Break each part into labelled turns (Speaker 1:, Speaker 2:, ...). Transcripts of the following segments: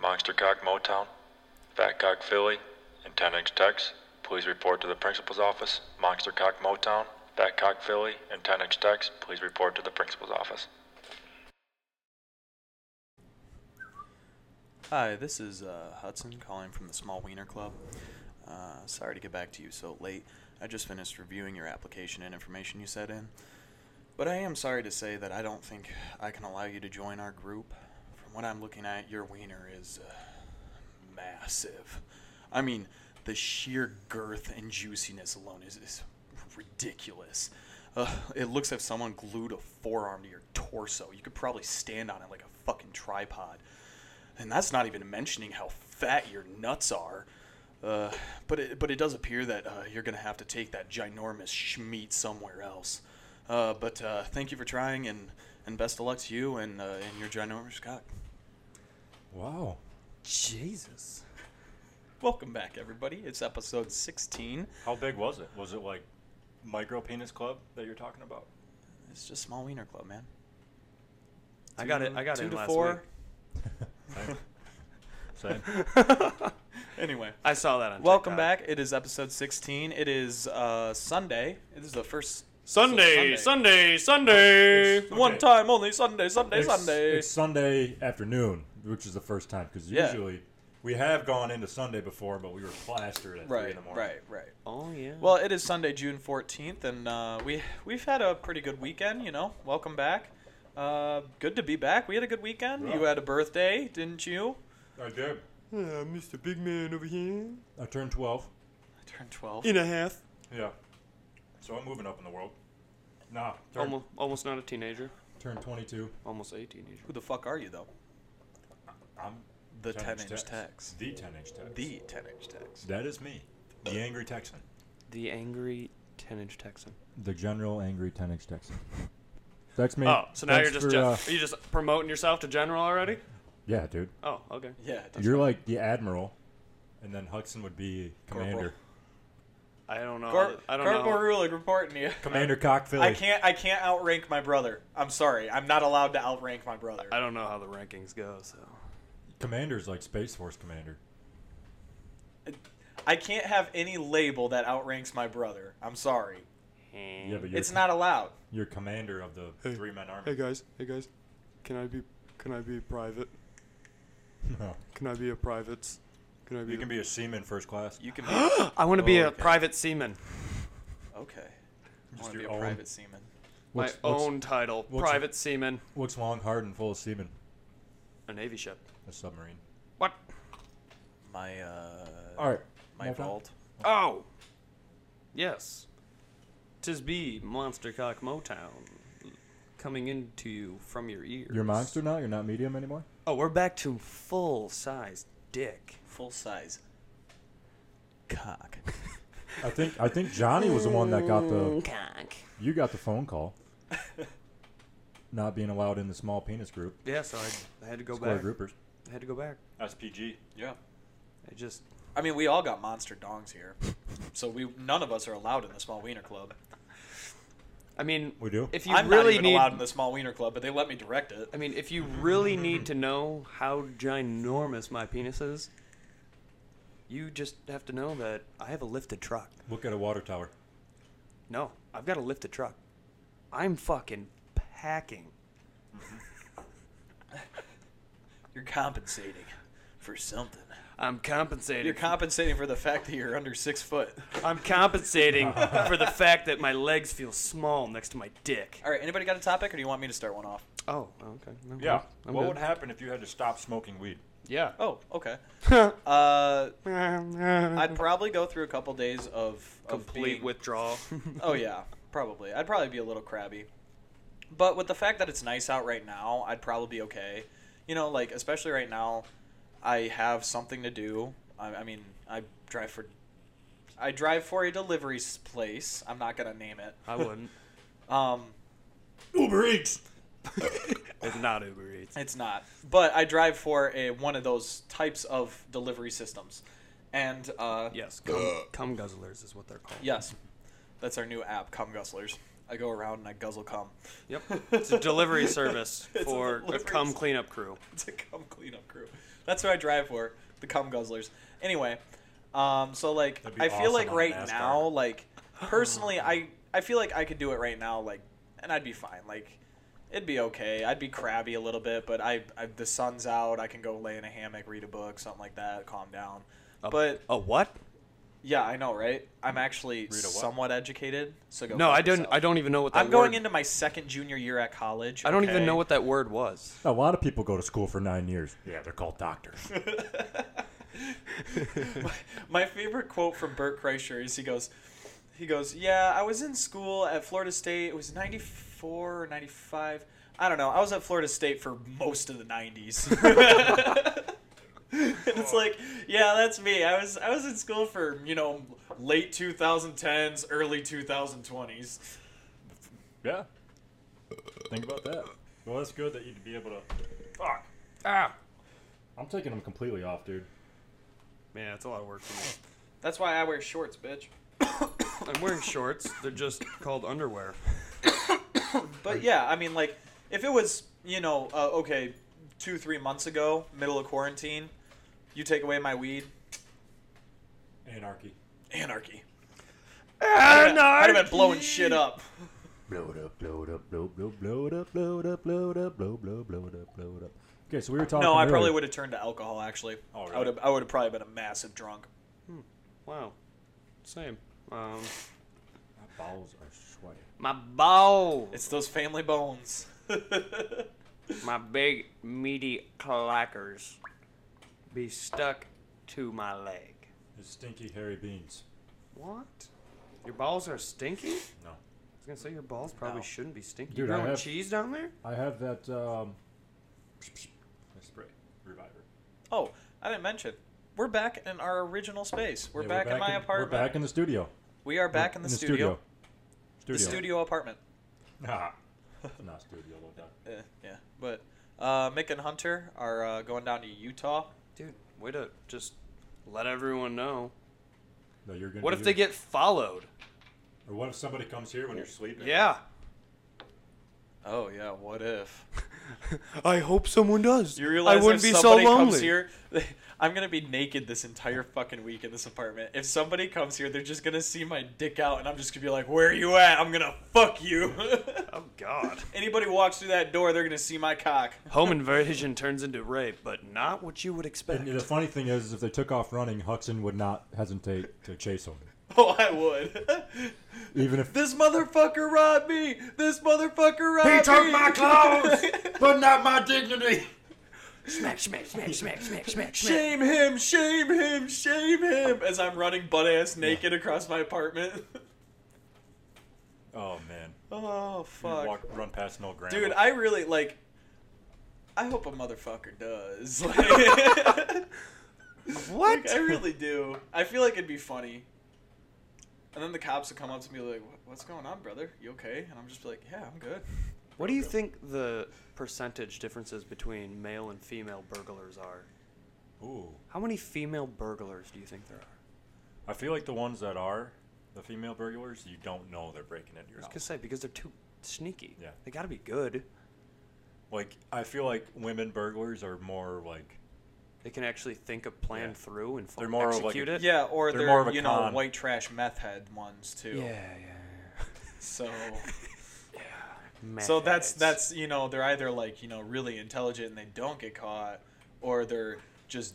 Speaker 1: Monster Cock Motown, Fat Cock Philly, and 10 Inch Tex, please report to the principal's office. Monster Cock Motown, Fat Cock Philly, and 10 Inch Tex, please report to the principal's office.
Speaker 2: Hi, this is uh, Hudson calling from the Small Wiener Club. Uh, sorry to get back to you so late. I just finished reviewing your application and information you sent in. But I am sorry to say that I don't think I can allow you to join our group. From what I'm looking at, your wiener is uh, massive. I mean, the sheer girth and juiciness alone is, is ridiculous. Uh, it looks like someone glued a forearm to your torso. You could probably stand on it like a fucking tripod. And that's not even mentioning how fat your nuts are. Uh, but it, but it does appear that uh, you're going to have to take that ginormous schmeat somewhere else. Uh, but uh, thank you for trying, and, and best of luck to you and, uh, and your ginormous cock.
Speaker 3: Wow. Jesus.
Speaker 2: Welcome back, everybody. It's episode 16.
Speaker 1: How big was it? Was it like micro penis club that you're talking about?
Speaker 2: It's just Small Wiener Club, man.
Speaker 4: I got it. I got
Speaker 2: Two
Speaker 4: in
Speaker 2: to
Speaker 4: last
Speaker 2: four.
Speaker 4: week.
Speaker 1: Same. Same.
Speaker 2: Anyway.
Speaker 4: I saw that on.
Speaker 2: Welcome
Speaker 4: TikTok.
Speaker 2: back. It is episode 16. It is uh, Sunday. This is the first
Speaker 4: Sunday,
Speaker 2: Sunday.
Speaker 4: Sunday, Sunday.
Speaker 1: Okay.
Speaker 2: one time only Sunday, Sunday,
Speaker 3: It's,
Speaker 2: Sunday.
Speaker 3: it's Sunday afternoon, which is the first time because
Speaker 2: Yeah.
Speaker 3: usually we have gone into Sunday before, but we were plastered at three
Speaker 2: right,
Speaker 3: in the morning.
Speaker 2: right, right.
Speaker 4: Oh yeah.
Speaker 2: Well, it is Sunday, June 14th, and uh, we we've had a pretty good weekend. You know, welcome back. Uh, good to be back. We had a good weekend. You
Speaker 3: Yeah.
Speaker 2: had a birthday, didn't you?
Speaker 3: I did.
Speaker 4: Mr. uh, Big Man over here.
Speaker 3: I turned twelve.
Speaker 2: I turned 12.
Speaker 4: In a half.
Speaker 3: Yeah. So I'm moving up in the world. Nah, turn,
Speaker 4: Almost, almost not a teenager.
Speaker 3: turn 22.
Speaker 4: Almost a teenager.
Speaker 2: Who the fuck are you though?
Speaker 3: I'm
Speaker 2: The
Speaker 3: 10
Speaker 2: 10-inch
Speaker 3: inch Tex.
Speaker 2: Tex.
Speaker 3: The 10 inch text.
Speaker 2: The 10-inch text.
Speaker 3: That is me. The angry Texan.
Speaker 4: The angry ten-inch Texan.
Speaker 3: The general angry 10 inch Texan. Text me.
Speaker 4: Oh, so now
Speaker 3: Thanks
Speaker 4: you're just
Speaker 3: for,
Speaker 4: gen-
Speaker 3: uh,
Speaker 4: are you just promoting yourself to general already?
Speaker 3: yeah, dude.
Speaker 4: Oh, okay.
Speaker 2: Yeah. that's
Speaker 3: you're
Speaker 2: right.
Speaker 3: like the admiral, and then Hudson would be commander.
Speaker 2: Corporal.
Speaker 4: I don't know.
Speaker 2: Cor-
Speaker 4: I don't
Speaker 2: Corporal
Speaker 4: know.
Speaker 2: Rulig reporting to you.
Speaker 3: Commander Cock Philly.
Speaker 2: I can't. I can't outrank my brother. I'm sorry. I'm not allowed to outrank my brother.
Speaker 4: I don't know how the rankings go. So
Speaker 3: Commander's like Space Force commander.
Speaker 2: I can't have any label that outranks my brother. I'm sorry.
Speaker 3: Yeah, but you're,
Speaker 2: It's not allowed.
Speaker 3: you're commander of the
Speaker 5: Hey.
Speaker 3: three men army.
Speaker 5: Hey guys, hey guys, can I be can I be private?
Speaker 3: No.
Speaker 5: Can I be a private? Can I be?
Speaker 3: You can be a seaman first class.
Speaker 2: You can be
Speaker 4: I want to be
Speaker 3: Oh,
Speaker 4: a
Speaker 3: okay.
Speaker 4: private seaman.
Speaker 2: okay. I
Speaker 3: Just
Speaker 2: want to be a
Speaker 3: your own.
Speaker 2: private seaman.
Speaker 4: My
Speaker 3: Looks, looks-
Speaker 4: own title,
Speaker 3: what's-
Speaker 4: private seaman,
Speaker 3: looks long, hard, and full of seamen.
Speaker 4: a navy ship.
Speaker 3: A submarine.
Speaker 4: What?
Speaker 2: My uh.
Speaker 3: All right.
Speaker 2: My vault.
Speaker 4: Oh. Yes. Tis be Monster Cock Motown coming into you from your ears.
Speaker 3: You're monster now. You're not medium anymore.
Speaker 4: Oh, we're back to full size dick.
Speaker 2: Full size. Cock.
Speaker 3: I think I think Johnny was the one that got the
Speaker 4: Cock.
Speaker 3: you got the phone call. not being allowed in the small penis group.
Speaker 4: Yeah, so I, I had to go
Speaker 3: Square
Speaker 4: back.
Speaker 3: groupers.
Speaker 4: I had to go back.
Speaker 1: SPG.
Speaker 2: Yeah.
Speaker 4: I just
Speaker 2: I mean, we all got monster dongs here, so we none of us are allowed in the small wiener club.
Speaker 4: I mean,
Speaker 3: We do.
Speaker 4: if you
Speaker 2: I'm
Speaker 4: really
Speaker 2: not even
Speaker 4: need
Speaker 2: allowed in the small wiener club, but they let me direct it.
Speaker 4: I mean, if you really need to know how ginormous my penis is, you just have to know that I have a lifted truck.
Speaker 3: Look at a water tower.
Speaker 4: No, I've got a lifted truck. I'm fucking packing.
Speaker 2: You're compensating for something.
Speaker 4: I'm compensating.
Speaker 2: You're compensating for the fact that you're under six foot.
Speaker 4: I'm compensating for the fact that my legs feel small next to my dick.
Speaker 2: All right. Anybody got a topic, or do you want me to start one off?
Speaker 4: Oh, okay. No,
Speaker 3: Yeah.
Speaker 4: I'm
Speaker 3: what
Speaker 4: good.
Speaker 3: would happen if you had to stop smoking weed?
Speaker 4: Yeah.
Speaker 2: Oh, okay. uh, I'd probably go through a couple days of of
Speaker 4: Complete
Speaker 2: being-
Speaker 4: withdrawal.
Speaker 2: Oh yeah, probably. I'd probably be a little crabby, but with the fact that it's nice out right now, I'd probably be okay. You know, like especially right now, I have something to do. I, I mean, I drive for, I drive for a delivery s- place. I'm not gonna name it.
Speaker 4: I wouldn't.
Speaker 2: Um,
Speaker 3: Uber Eats.
Speaker 4: It's not Uber Eats.
Speaker 2: It's not. But I drive for a one of those types of delivery systems, and uh,
Speaker 4: Yes, cum, cum guzzlers is what they're called.
Speaker 2: yes, that's our new app, Cum Guzzlers. I go around and I guzzle cum.
Speaker 4: Yep. It's a delivery service
Speaker 2: It's a
Speaker 4: for a,
Speaker 2: delivery
Speaker 4: cum
Speaker 2: service.
Speaker 4: cleanup crew.
Speaker 2: It's a cum cleanup crew. That's what I drive for. The cum guzzlers. Anyway, um, so like
Speaker 3: That'd be
Speaker 2: I feel
Speaker 3: awesome
Speaker 2: like
Speaker 3: on
Speaker 2: right
Speaker 3: NASCAR.
Speaker 2: now, like personally, I I feel like I could do it right now, like, and I'd be fine. Like, it'd be okay. I'd be crabby a little bit, but I, I the sun's out. I can go lay in a hammock, read a book, something like that, calm down.
Speaker 4: A-
Speaker 2: But
Speaker 4: a what?
Speaker 2: yeah, I know, right? I'm actually
Speaker 3: Read a what?
Speaker 2: somewhat educated, so go.
Speaker 4: No,
Speaker 2: fuck
Speaker 4: I don't.
Speaker 2: yourself.
Speaker 4: I don't even know what that.
Speaker 2: I'm going
Speaker 4: word-
Speaker 2: into my second junior year at college.
Speaker 4: I don't
Speaker 2: okay?
Speaker 4: even know what that word was.
Speaker 3: A lot of people go to school for nine years. Yeah, they're called doctors.
Speaker 2: my, my favorite quote from Bert Kreischer is he goes, he goes, yeah, I was in school at Florida State. It was 94 or 95. I don't know. I was at Florida State for most of the 90s. and it's like, yeah, that's me. I was I was in school for, you know, late 2010s, early 2020s.
Speaker 3: yeah. Think about that. Well, that's good that you'd be able to. Fuck.
Speaker 4: Ah.
Speaker 3: I'm taking them completely off, dude.
Speaker 4: Yeah, it's a lot of work for me.
Speaker 2: That's why I wear shorts, bitch.
Speaker 4: I'm wearing shorts. They're just called underwear.
Speaker 2: But yeah, I mean, like, if it was, you know, uh, okay, two, three months ago, middle of quarantine, you take away my weed,
Speaker 3: Anarchy.
Speaker 2: anarchy. Anarchy! I'd have been blowing shit up.
Speaker 3: Blow it up, blow it up, blow, blow, blow it up, blow it up, blow it up, blow, blow, blow it up, blow it up. Okay, so we were talking.
Speaker 2: No, I
Speaker 3: earlier-
Speaker 2: probably would have turned to alcohol, actually.
Speaker 3: Oh,
Speaker 2: I would have, I would have probably been a massive drunk.
Speaker 4: Wow. Same. Um,
Speaker 3: My bowels are sweaty.
Speaker 4: my balls.
Speaker 2: It's those family bones.
Speaker 4: my big meaty clackers be stuck to my leg.
Speaker 3: It's stinky, hairy beans.
Speaker 4: What? Your balls are stinky? I was
Speaker 3: No.
Speaker 4: gonna say your balls probably
Speaker 2: No.
Speaker 4: shouldn't be stinky.
Speaker 3: Dude,
Speaker 4: you
Speaker 3: I
Speaker 4: growing
Speaker 3: have-
Speaker 4: cheese down there?
Speaker 3: I have that um, my spray reviver.
Speaker 2: oh, I didn't mention. We're back in our original space. We're,
Speaker 3: Yeah,
Speaker 2: back, in my apartment.
Speaker 3: We're back in the studio.
Speaker 2: We are back in the, studio.
Speaker 3: Studio.
Speaker 2: The studio apartment.
Speaker 3: Ah. Not studio. Love that.
Speaker 2: Eh, yeah, but uh, Mick and Hunter are uh, going down to Utah.
Speaker 4: Dude, way to just let everyone know.
Speaker 3: No, you're gonna.
Speaker 4: What if
Speaker 3: do-
Speaker 4: they get followed?
Speaker 3: Or what if somebody comes here when you're sleeping?
Speaker 4: Yeah.
Speaker 2: Oh yeah, what if?
Speaker 4: I hope someone does.
Speaker 2: You realize
Speaker 4: I wouldn't
Speaker 2: if
Speaker 4: be so
Speaker 2: somebody
Speaker 4: lonely.
Speaker 2: comes here, I'm gonna be naked this entire fucking week in this apartment. If somebody comes here, they're just gonna see my dick out, and I'm just gonna be like, "Where are you at? I'm gonna fuck you."
Speaker 4: Oh God.
Speaker 2: Anybody walks through that door, they're gonna see my cock.
Speaker 4: Home invasion turns into rape, but not what you would expect.
Speaker 3: And the funny thing is, if they took off running, Hudson would not hesitate to chase them,
Speaker 2: Oh, I would.
Speaker 3: even if
Speaker 2: this motherfucker robbed me. This motherfucker robbed me.
Speaker 3: but not my dignity.
Speaker 4: Smack, smack, smack, smack, smack, smack, smack.
Speaker 2: Shame him, shame him, shame him as I'm running butt ass naked across my apartment.
Speaker 3: Oh man,
Speaker 2: oh
Speaker 3: You
Speaker 2: fuck.
Speaker 3: walk, run past an old grandma.
Speaker 2: Dude, I really like I hope a motherfucker does. Like, like,
Speaker 4: What?
Speaker 2: I really do. I feel like it'd be funny. And then the cops would come up to me like, "What- "What's going on, brother? You okay?" And I'm just like, "Yeah, I'm good."
Speaker 4: What do you think the percentage differences between male and female burglars are?
Speaker 3: Ooh,
Speaker 4: How many female burglars do you think there are?
Speaker 3: I feel like the ones that are the female burglars, you don't know they're breaking into your
Speaker 4: I was
Speaker 3: house.
Speaker 4: gonna say because they're too sneaky.
Speaker 3: Yeah.
Speaker 4: They gotta be good.
Speaker 3: Like, I feel like women burglars are more like
Speaker 4: They can actually think a plan
Speaker 3: Yeah.
Speaker 4: through and fu-
Speaker 3: They're more of like
Speaker 4: execute
Speaker 3: a-
Speaker 4: it.
Speaker 2: Yeah, or
Speaker 3: They're
Speaker 2: they're,
Speaker 3: more of a
Speaker 2: you
Speaker 3: con.
Speaker 2: know white trash meth head ones too.
Speaker 4: Yeah. Yeah. yeah.
Speaker 2: So
Speaker 4: Meth
Speaker 2: so that's
Speaker 4: heads.
Speaker 2: that's you know they're either like you know really intelligent and they don't get caught, or they're just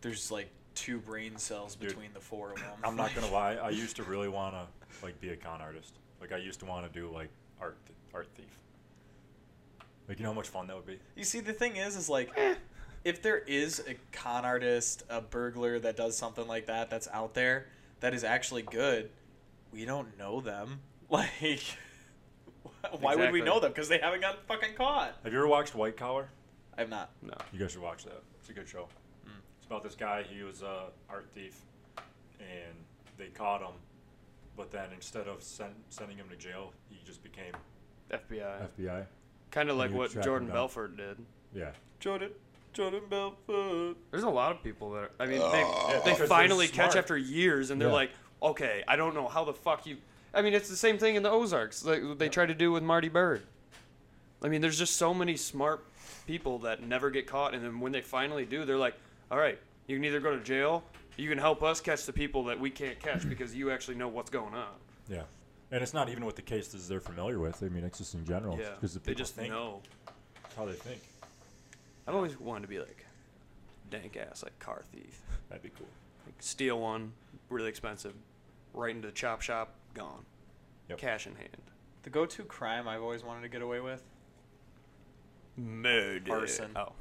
Speaker 2: there's like two brain cells
Speaker 3: Dude,
Speaker 2: between the four of them.
Speaker 3: I'm not gonna lie. I used to really want to like be a con artist. Like I used to want to do like art, th- art thief. Like you know how much fun that would be.
Speaker 2: You see, the thing is, is like, if there is a con artist, a burglar that does something like that that's out there that is actually good, we don't know them. Like, why would we
Speaker 4: Exactly.
Speaker 2: know them? Because they haven't gotten fucking caught.
Speaker 3: Have you ever watched White Collar?
Speaker 2: I have not.
Speaker 4: no.
Speaker 3: You guys should watch that. It's a good show.
Speaker 4: Mm.
Speaker 3: It's about this guy. He was a art thief, and they caught him. But then instead of send, sending him to jail, he just became
Speaker 4: FBI.
Speaker 3: FBI.
Speaker 4: Kind of like
Speaker 3: you
Speaker 4: what
Speaker 3: track 'em
Speaker 4: Jordan
Speaker 3: down.
Speaker 4: Belfort did.
Speaker 3: Yeah.
Speaker 2: Jordan, Jordan Belfort.
Speaker 4: There's a lot of people that are, I mean,
Speaker 3: Yeah,
Speaker 4: they, they
Speaker 3: Oh, because
Speaker 4: finally
Speaker 3: they're
Speaker 4: catch
Speaker 3: smart.
Speaker 4: after years, and they're
Speaker 3: Yeah.
Speaker 4: like, okay, I don't know how the fuck you. I mean, it's the same thing in the Ozarks. Like what they try to do with Marty Bird. I mean, there's just so many smart people that never get caught, and then when they finally do, they're like, "All right, you can either go to jail, you can help us catch the people that we can't catch because you actually know what's going on."
Speaker 3: Yeah. And it's not even with the cases they're familiar with. I mean, it's just in general.
Speaker 4: Yeah,
Speaker 3: Because Oh, the
Speaker 4: they
Speaker 3: people
Speaker 4: just
Speaker 3: think
Speaker 4: know.
Speaker 3: it's how they think.
Speaker 4: I've always wanted to be like dank ass, like car thief,
Speaker 3: That'd be cool.
Speaker 4: like steal one, really expensive, right into the chop shop, gone,
Speaker 3: Yep.
Speaker 4: cash in hand,
Speaker 2: The go-to crime I've always wanted to get away with.
Speaker 4: murder,
Speaker 2: Arson.
Speaker 4: oh,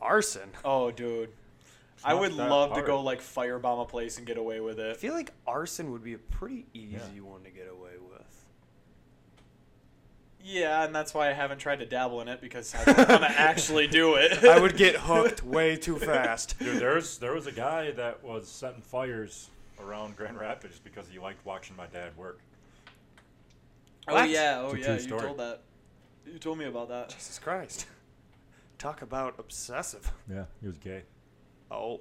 Speaker 4: arson.
Speaker 2: Oh, dude. I
Speaker 3: not
Speaker 2: would
Speaker 3: that
Speaker 2: love
Speaker 3: hard.
Speaker 2: to go like firebomb a place and get away with
Speaker 4: I
Speaker 2: it.
Speaker 4: feel like arson would be a pretty easy
Speaker 3: Yeah.
Speaker 4: one to get away with.
Speaker 2: Yeah, and that's why I haven't tried to dabble in it because I don't want to actually do it.
Speaker 4: I would get hooked way too fast.
Speaker 3: Dude, there's there was a guy that was setting fires around Grand Rapids because he liked watching my dad work.
Speaker 2: Oh
Speaker 4: What?
Speaker 2: yeah, oh
Speaker 3: It's
Speaker 2: yeah,
Speaker 3: a true
Speaker 2: you
Speaker 3: story.
Speaker 2: told that. You told me about that.
Speaker 4: Jesus Christ. Talk about obsessive.
Speaker 3: Yeah, he was gay.
Speaker 4: Oh.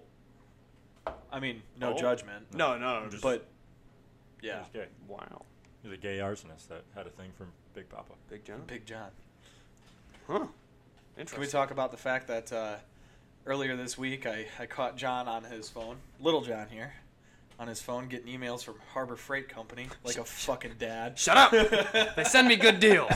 Speaker 2: I mean, no
Speaker 4: Oh.
Speaker 2: judgment,
Speaker 4: No, no, no, just
Speaker 2: but
Speaker 3: He
Speaker 2: yeah,
Speaker 3: was gay.
Speaker 4: wow.
Speaker 3: He was a gay arsonist that had a thing for Big Papa.
Speaker 4: Big John.
Speaker 2: Big John.
Speaker 4: Huh.
Speaker 2: Can we
Speaker 4: Interesting.
Speaker 2: talk about the fact that uh, earlier this week I, I caught John on his phone, little John here, on his phone getting emails from Harbor Freight Company like a fucking dad.
Speaker 4: Shut up. they send me good deals.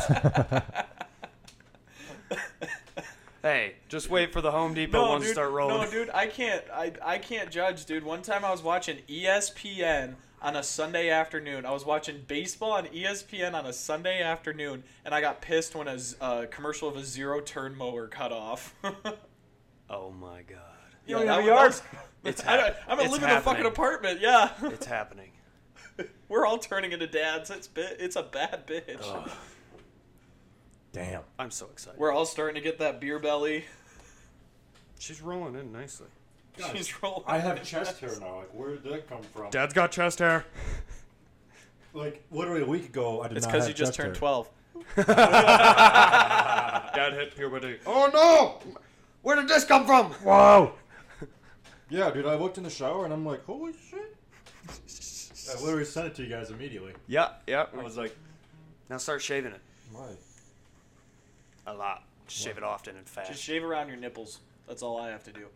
Speaker 4: hey, just wait for the Home Depot ones
Speaker 2: dude,
Speaker 4: to start rolling.
Speaker 2: No, dude, I can't. I, I can't judge, dude. One time I was watching E ESPN on a Sunday afternoon. I was watching baseball on E ESPN on a Sunday afternoon, and I got pissed when a z- uh, commercial of a zero turn mower cut off.
Speaker 4: Oh my god.
Speaker 2: you
Speaker 3: don't have a yard.
Speaker 4: It's
Speaker 2: I don't,
Speaker 4: hap-
Speaker 2: I'm gonna
Speaker 4: it's
Speaker 2: live in a fucking
Speaker 4: happening.
Speaker 2: apartment. Yeah,
Speaker 4: It's happening.
Speaker 2: we're all turning into dads. It's bi- It's a bad bitch.
Speaker 3: Damn.
Speaker 4: I'm so excited.
Speaker 2: We're all starting to get that beer belly.
Speaker 4: She's rolling in nicely.
Speaker 2: She's rolling.
Speaker 5: I have chest hair now. Like, where did that come from?
Speaker 4: Dad's got chest hair.
Speaker 5: Like,
Speaker 3: Literally a week ago, I did
Speaker 2: It's
Speaker 3: not
Speaker 2: because
Speaker 3: have
Speaker 2: you just
Speaker 3: chest hair.
Speaker 2: turned twelve.
Speaker 4: Dad hit puberty.
Speaker 5: oh no!
Speaker 4: Where did this come from?
Speaker 5: Wow. yeah, dude. I looked in the shower and I'm like, holy shit.
Speaker 3: I literally sent it to you guys immediately.
Speaker 4: Yeah, yeah.
Speaker 3: I was like,
Speaker 4: Now start shaving it.
Speaker 5: My.
Speaker 4: A lot. Just shave it often and fast.
Speaker 2: Just shave around your nipples. That's all I have to do.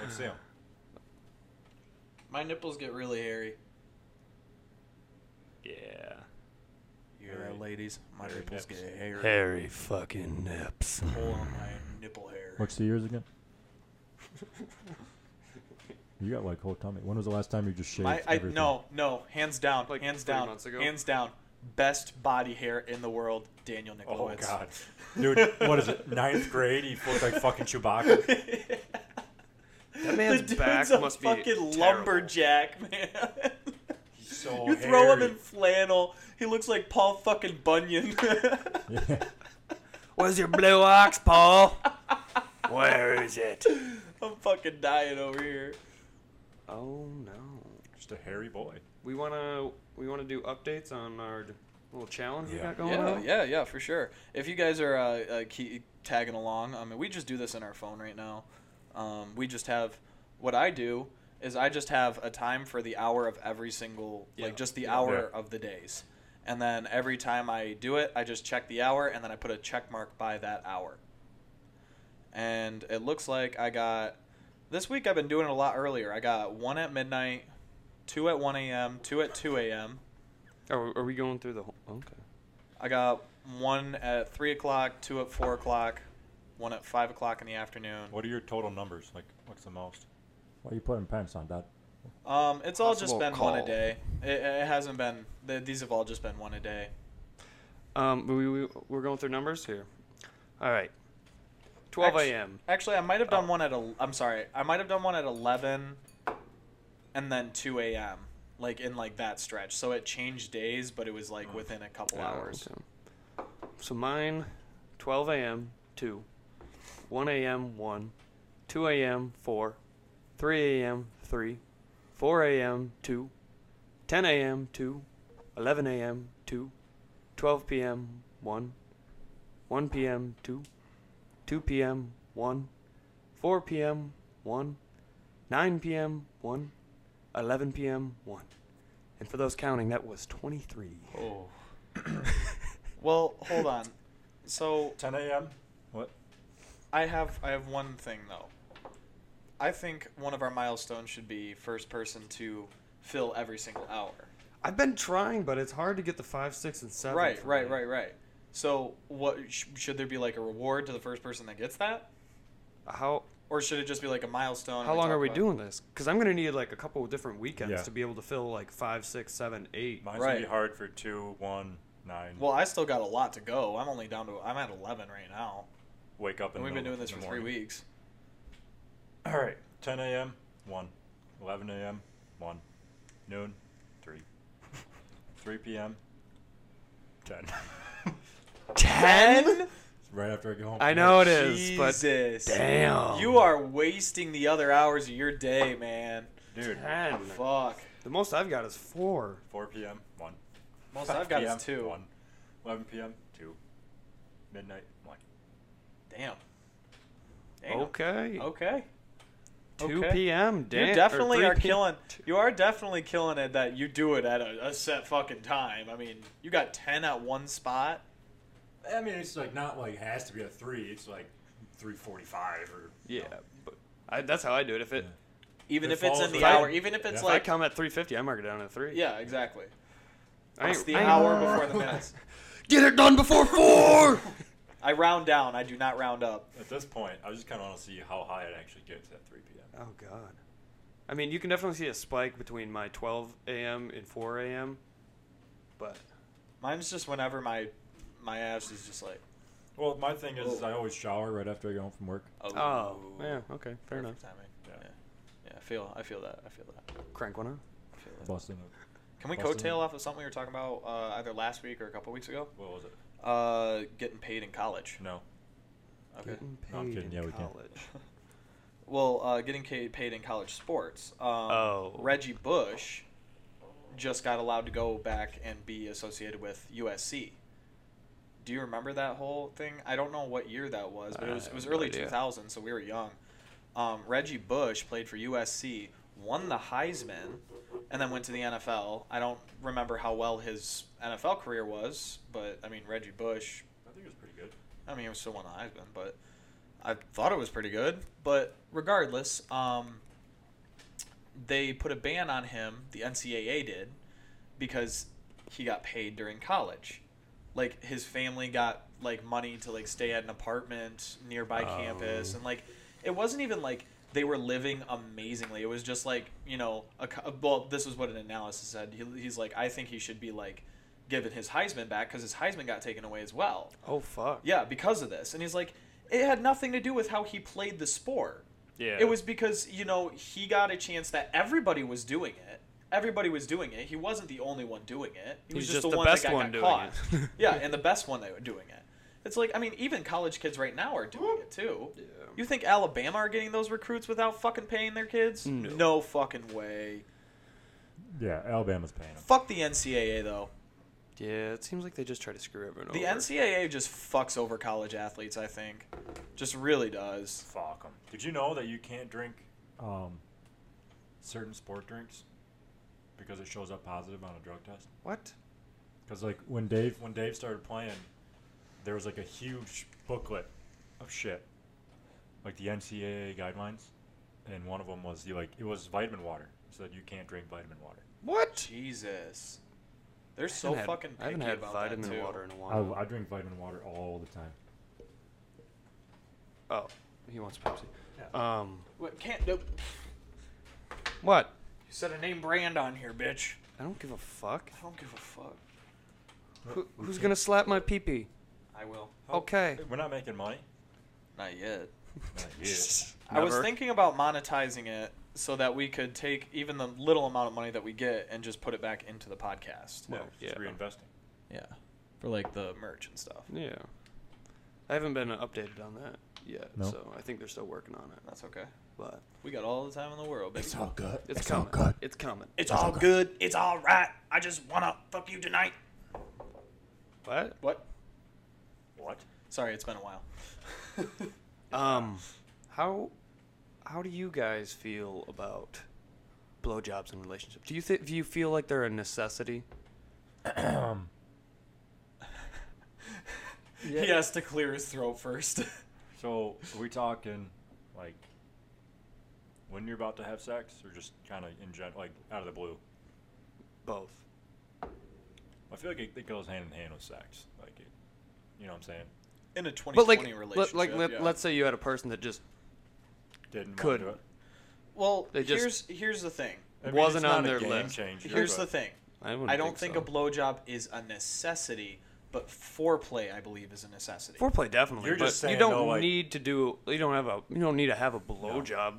Speaker 3: let's see him.
Speaker 2: My nipples get really hairy.
Speaker 4: yeah.
Speaker 2: Yeah, ladies, my
Speaker 3: Hairy
Speaker 2: nipples
Speaker 3: nips.
Speaker 2: get hairy.
Speaker 4: Hairy fucking nips.
Speaker 2: Pull on my nipple hair.
Speaker 3: What's the years again? you got like whole tummy. When was the last time you just shaved
Speaker 2: My, I, no, no, hands down,
Speaker 4: Like
Speaker 2: hands
Speaker 4: three
Speaker 2: down,
Speaker 4: months ago.
Speaker 2: hands down. Best body hair in the world, Daniel
Speaker 3: Oh
Speaker 2: Nicolowitz.
Speaker 3: God, dude, what is it? Ninth grade, he looked like fucking Chewbacca.
Speaker 4: That
Speaker 2: The
Speaker 4: man's
Speaker 2: dude's
Speaker 4: back
Speaker 2: a
Speaker 4: must be
Speaker 2: fucking
Speaker 4: terrible.
Speaker 2: lumberjack, man.
Speaker 3: So
Speaker 2: you throw him
Speaker 3: hairy.
Speaker 2: in flannel, he looks like Paul fucking Bunyan.
Speaker 3: Yeah.
Speaker 4: Where's your blue ox, Paul? Where is it?
Speaker 2: I'm fucking dying over here.
Speaker 4: Oh no.
Speaker 3: just a hairy boy.
Speaker 4: We wanna we wanna do updates on our little challenge we
Speaker 3: Yeah.
Speaker 4: got going
Speaker 2: yeah,
Speaker 4: on.
Speaker 2: Yeah, yeah, for sure. If you guys are uh, uh, key, tagging along, I mean, we just do this in our phone right now. Um, we just have what I do is I just have a time for the hour of every single,
Speaker 4: Yeah.
Speaker 2: like just the hour of the days, and then every time I do it, I just check the hour and then I put a check mark by that hour. And it looks like I got this week. I've been doing it a lot earlier. I got one at midnight, two at one a.m., two at two a.m.
Speaker 4: Are, are we going through the whole okay.
Speaker 2: I got one at three o'clock, two at four o'clock, one at five o'clock in the afternoon.
Speaker 3: What are your total numbers? Like, what's the most? Why are you putting pants on, Dad?
Speaker 2: Um, it's all just
Speaker 4: Possible
Speaker 2: been one a
Speaker 4: call.
Speaker 2: day. It, it hasn't been. th these have all just been one a day.
Speaker 4: Um we, we we're going through numbers here. Alright. Twelve
Speaker 2: Actu-
Speaker 4: AM.
Speaker 2: Actually, I might have done one at. A, I'm sorry. I might have done one at eleven, and then two a.m. Like in like that stretch. So it changed days, but it was like within a couple hours.
Speaker 4: Oh, Ah, okay. So mine, 12 a.m. 2, 1 a.m. 1, 2 a.m. 4, 3 a.m. 3, 4 a.m. 2, 10 a.m. 2, 11 a.m. 2, 12 p.m. 1, 1 p.m. 2, 2 p.m. 1, 4 p.m. 1, 9 p.m. 1, 11 p.m. 1. And for those counting, that was 23.
Speaker 2: Oh. well, hold on. So
Speaker 3: 10 a.m. What?
Speaker 2: I have I have one thing though. I think one of our milestones should be first person to fill every single hour.
Speaker 4: I've been trying, but it's hard to get the five, six, and seven.
Speaker 2: right,
Speaker 4: for
Speaker 2: right,
Speaker 4: me.
Speaker 2: right, right. So what sh- should there be like a reward to the first person that gets that,
Speaker 4: How
Speaker 2: or should it just be like a milestone? and
Speaker 4: how long
Speaker 2: talk
Speaker 4: are we
Speaker 2: about-
Speaker 4: doing this? Because I'm gonna need like a couple of different weekends
Speaker 3: Yeah.
Speaker 4: to be able to fill like five, six, seven, eight.
Speaker 3: Mine's gonna
Speaker 2: Right.
Speaker 3: be hard for two, one, nine.
Speaker 2: Well, I still got a lot to go. I'm only down to I'm at eleven right now,
Speaker 3: wake up in
Speaker 2: and we've
Speaker 3: the
Speaker 2: been doing this
Speaker 3: in
Speaker 2: for
Speaker 3: the
Speaker 2: three
Speaker 3: morning.
Speaker 2: weeks.
Speaker 3: All right. 10 a.m. one, 11 a.m. one, noon three, 3 p.m. ten.
Speaker 2: Ten?
Speaker 3: right after I go home.
Speaker 4: I know it is, but
Speaker 2: Jesus,
Speaker 4: damn.
Speaker 2: You are wasting the other hours of your day, man.
Speaker 3: dude.
Speaker 4: ten.
Speaker 2: Fuck.
Speaker 4: The most I've got is four.
Speaker 3: 4 p.m. one.
Speaker 2: Most
Speaker 3: 5
Speaker 2: I've got
Speaker 3: PM,
Speaker 2: is two.
Speaker 3: One. 11 p.m. two, midnight one.
Speaker 2: Damn. Damn.
Speaker 4: Okay.
Speaker 2: Okay.
Speaker 4: Two
Speaker 2: okay.
Speaker 4: p.m. Damn.
Speaker 2: you
Speaker 4: or
Speaker 2: definitely
Speaker 4: 3
Speaker 2: are
Speaker 4: p.m.
Speaker 2: killing. You are definitely killing it that you do it at a, a set fucking time. I mean, you got ten at one spot.
Speaker 3: I mean, it's like not like has to be a three. It's like 3:45 or
Speaker 4: Yeah, but I, that's how I do it. If it
Speaker 2: Even
Speaker 3: It
Speaker 2: if it's
Speaker 3: falls
Speaker 2: in the
Speaker 3: right-
Speaker 2: hour, even if it's
Speaker 3: If
Speaker 4: if I
Speaker 2: like,
Speaker 4: come at three fifty, I mark it down at three.
Speaker 2: yeah, exactly.
Speaker 4: I
Speaker 2: It's
Speaker 4: ain't-
Speaker 2: the
Speaker 4: I ain't-
Speaker 2: hour before the minutes.
Speaker 4: Get it done before four.
Speaker 2: I round down. I do not round up.
Speaker 3: At this point, I just kind of want to see how high it actually gets at 3 p.m.
Speaker 4: Oh God. I mean, you can definitely see a spike between my 12 a.m. and 4 a.m. But
Speaker 2: Mine's just whenever my my ass is just like,
Speaker 3: Well, my thing is, is
Speaker 2: Whoa.
Speaker 3: I always shower right after I go home from work.
Speaker 2: oh,
Speaker 4: oh, yeah, okay, fair enough.
Speaker 2: Perfect timing.
Speaker 3: Yeah.
Speaker 2: Yeah. yeah, I feel. I feel that. I feel that.
Speaker 4: Crank one up.
Speaker 2: I feel that.
Speaker 3: Busting.
Speaker 2: Can we
Speaker 3: Boston-
Speaker 2: coattail off of something we were talking about uh, either last week or a couple weeks ago?
Speaker 3: What was it?
Speaker 2: Uh, getting paid in college.
Speaker 3: No.
Speaker 2: Okay.
Speaker 3: No, I'm kidding.
Speaker 4: in
Speaker 3: Yeah, we can.
Speaker 4: college.
Speaker 2: Well, uh, getting ca- paid in college sports. Um,
Speaker 4: Oh.
Speaker 2: Reggie Bush just got allowed to go back and be associated with USC. Do you remember that whole thing? I don't know what year that was, but it was
Speaker 4: I
Speaker 2: it was
Speaker 4: have no
Speaker 2: early
Speaker 4: idea.
Speaker 2: 2000, so we were young. Um, Reggie Bush played for USC, won the Heisman, and then went to the NFL. I don't remember how well his NFL career was, but I mean Reggie Bush
Speaker 3: I think it was pretty good.
Speaker 2: I mean, it was still one of the Heisman, but I thought it was pretty good. But regardless, um, they put a ban on him. The NCAA did because he got paid during college. Like his family got like money to like stay at an apartment nearby campus, and like it wasn't even like they were living amazingly. It was just like you know, a, co- well, this is what an analysis said. He, he's like, I think he should be like given his Heisman back because his Heisman got taken away as well.
Speaker 4: Oh fuck.
Speaker 2: Yeah, because of this. And he's like, it had nothing to do with how he played the sport.
Speaker 4: Yeah.
Speaker 2: It was because, you know, he got a chance that everybody was doing it. Everybody was doing it. He wasn't the only one doing it. He was
Speaker 4: He's
Speaker 2: just, the, one
Speaker 4: best
Speaker 2: that got,
Speaker 4: one
Speaker 2: got
Speaker 4: doing
Speaker 2: caught.
Speaker 4: it.
Speaker 2: yeah, and the best one that were doing it. It's like, I mean, even college kids right now are doing it too.
Speaker 4: Yeah.
Speaker 2: You think Alabama are getting those recruits without fucking paying their kids?
Speaker 4: No.
Speaker 2: fucking way.
Speaker 3: Yeah, Alabama's paying him.
Speaker 2: Fuck the NCAA though.
Speaker 4: Yeah, it seems like they just try to screw everyone
Speaker 2: The
Speaker 4: over.
Speaker 2: NCAA just fucks over college athletes, I think. Just really does.
Speaker 3: Fuck 'em. Did you know that you can't drink um, certain sport drinks because it shows up positive on a drug test?
Speaker 4: What?
Speaker 3: Because like when Dave when Dave started playing, there was like a huge booklet of shit, like the NCAA guidelines, and one of them was the like it was vitamin water. It said you can't drink vitamin water.
Speaker 4: What?
Speaker 2: Jesus. They're
Speaker 4: I
Speaker 2: so
Speaker 4: haven't had-
Speaker 2: fucking picky
Speaker 4: I haven't had
Speaker 2: about
Speaker 4: vitamin
Speaker 2: that too.
Speaker 4: water in a while.
Speaker 3: I, I drink vitamin water all the time.
Speaker 4: Oh, he wants Pepsi. Um,
Speaker 2: What, can't nope. You
Speaker 4: what?
Speaker 2: said a name brand on here, bitch.
Speaker 4: I don't give a fuck.
Speaker 2: I don't give a fuck.
Speaker 4: Who, who's gonna slap my pee pee?
Speaker 2: I will.
Speaker 4: Okay.
Speaker 3: We're not making money.
Speaker 2: Not yet.
Speaker 3: Not yet.
Speaker 2: I was
Speaker 4: Never.
Speaker 2: thinking about monetizing it so that we could take even the little amount of money that we get and just put it back into the podcast.
Speaker 4: Well,
Speaker 3: Just
Speaker 4: yeah.
Speaker 3: reinvesting.
Speaker 2: Yeah. For like the merch and stuff.
Speaker 4: Yeah. I haven't been updated on that yet,
Speaker 3: No.
Speaker 4: so I think they're still working on it.
Speaker 2: That's okay.
Speaker 4: But
Speaker 2: We got all the time in the world, baby.
Speaker 5: all good.
Speaker 4: it's, coming.
Speaker 5: good.
Speaker 4: It's coming.
Speaker 2: It's all good. It's all right. I just wanna fuck you tonight.
Speaker 4: What?
Speaker 2: What?
Speaker 3: What?
Speaker 2: Sorry, it's been a while.
Speaker 4: Um, how how do you guys feel about blowjobs in relationships? Do you think do you feel like they're a necessity?
Speaker 2: He has to clear his throat first.
Speaker 3: So are we talking like when you're about to have sex, or just kind of in general, like out of the blue?
Speaker 4: Both.
Speaker 3: I feel like it, it goes hand in hand with sex. Like it, you know what I'm saying?
Speaker 2: in a 2020
Speaker 4: But like, let,
Speaker 2: relationship.
Speaker 4: like let,
Speaker 2: yeah.
Speaker 4: let's say you had a person that just
Speaker 3: Didn't
Speaker 4: Could.
Speaker 3: Want to do
Speaker 2: Well,
Speaker 4: They just-
Speaker 2: here's here's the thing.
Speaker 3: it. I mean,
Speaker 4: Wasn't
Speaker 3: it's not
Speaker 4: on
Speaker 3: a
Speaker 4: their
Speaker 3: game
Speaker 4: list.
Speaker 3: Changer,
Speaker 2: Here's
Speaker 3: but-
Speaker 2: the thing.
Speaker 4: I, wouldn't
Speaker 2: I don't think,
Speaker 4: so.
Speaker 2: a blowjob is a necessity, but foreplay, I believe, is a necessity.
Speaker 4: foreplay definitely.
Speaker 3: You're
Speaker 4: but
Speaker 3: just
Speaker 4: you
Speaker 3: saying,
Speaker 4: don't
Speaker 3: no, like-
Speaker 4: need to do. You don't have a. You don't need to have a blowjob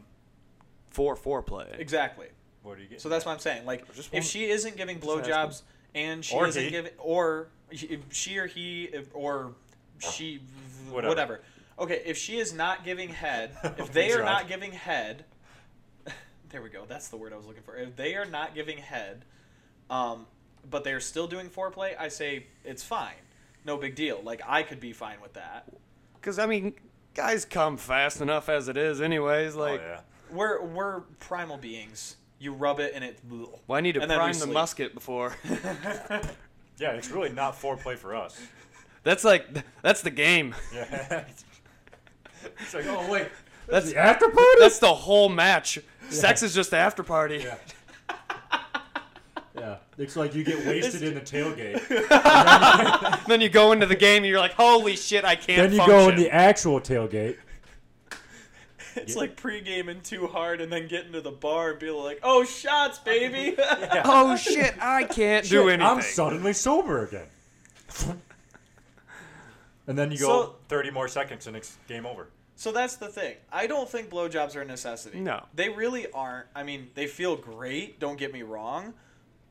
Speaker 4: for foreplay.
Speaker 2: exactly.
Speaker 3: What do you get?
Speaker 2: So that's what I'm saying. Like,
Speaker 4: Just
Speaker 2: if
Speaker 4: one-
Speaker 2: she isn't giving
Speaker 4: Just asking.
Speaker 2: blowjobs and she
Speaker 3: Or
Speaker 2: isn't
Speaker 3: he.
Speaker 2: giving, or if she or he if, or she, whatever.
Speaker 3: Whatever.
Speaker 2: Okay, if she is not giving head, if they are
Speaker 3: Blowjob.
Speaker 2: not giving head, there we go. That's the word I was looking for. If they are not giving head, um, but they are still doing foreplay, I say it's fine. No big deal. Like I could be fine with that.
Speaker 4: Because I mean, guys come fast enough as it is, anyways.
Speaker 3: Oh
Speaker 4: Like,
Speaker 3: yeah.
Speaker 2: We're we're primal beings. You rub it and it.
Speaker 4: well, I need to
Speaker 2: And then we
Speaker 4: prime the
Speaker 2: sleep.
Speaker 4: musket before.
Speaker 3: Yeah, it's really not foreplay for us.
Speaker 4: that's like that's the game.
Speaker 3: Yeah. it's like, oh wait,
Speaker 4: That's
Speaker 3: after party.
Speaker 4: that's the whole match. Sex is just the after party.
Speaker 3: Yeah.
Speaker 5: Yeah, it's like you get wasted in the tailgate.
Speaker 4: then you go into the game and you're like, holy shit, I can't.
Speaker 5: then you
Speaker 4: function.
Speaker 5: go in the actual tailgate.
Speaker 2: It's like pre-gaming too hard and then getting to the bar and being like, "Oh, shots, baby."
Speaker 4: Oh shit, I can't do anything.
Speaker 5: I'm suddenly sober again. and then you go.
Speaker 2: So-
Speaker 3: 30 more seconds and it's game over.
Speaker 2: so that's the thing. I don't think blowjobs are a necessity.
Speaker 4: No.
Speaker 2: they really aren't. I mean, they feel great. Don't get me wrong,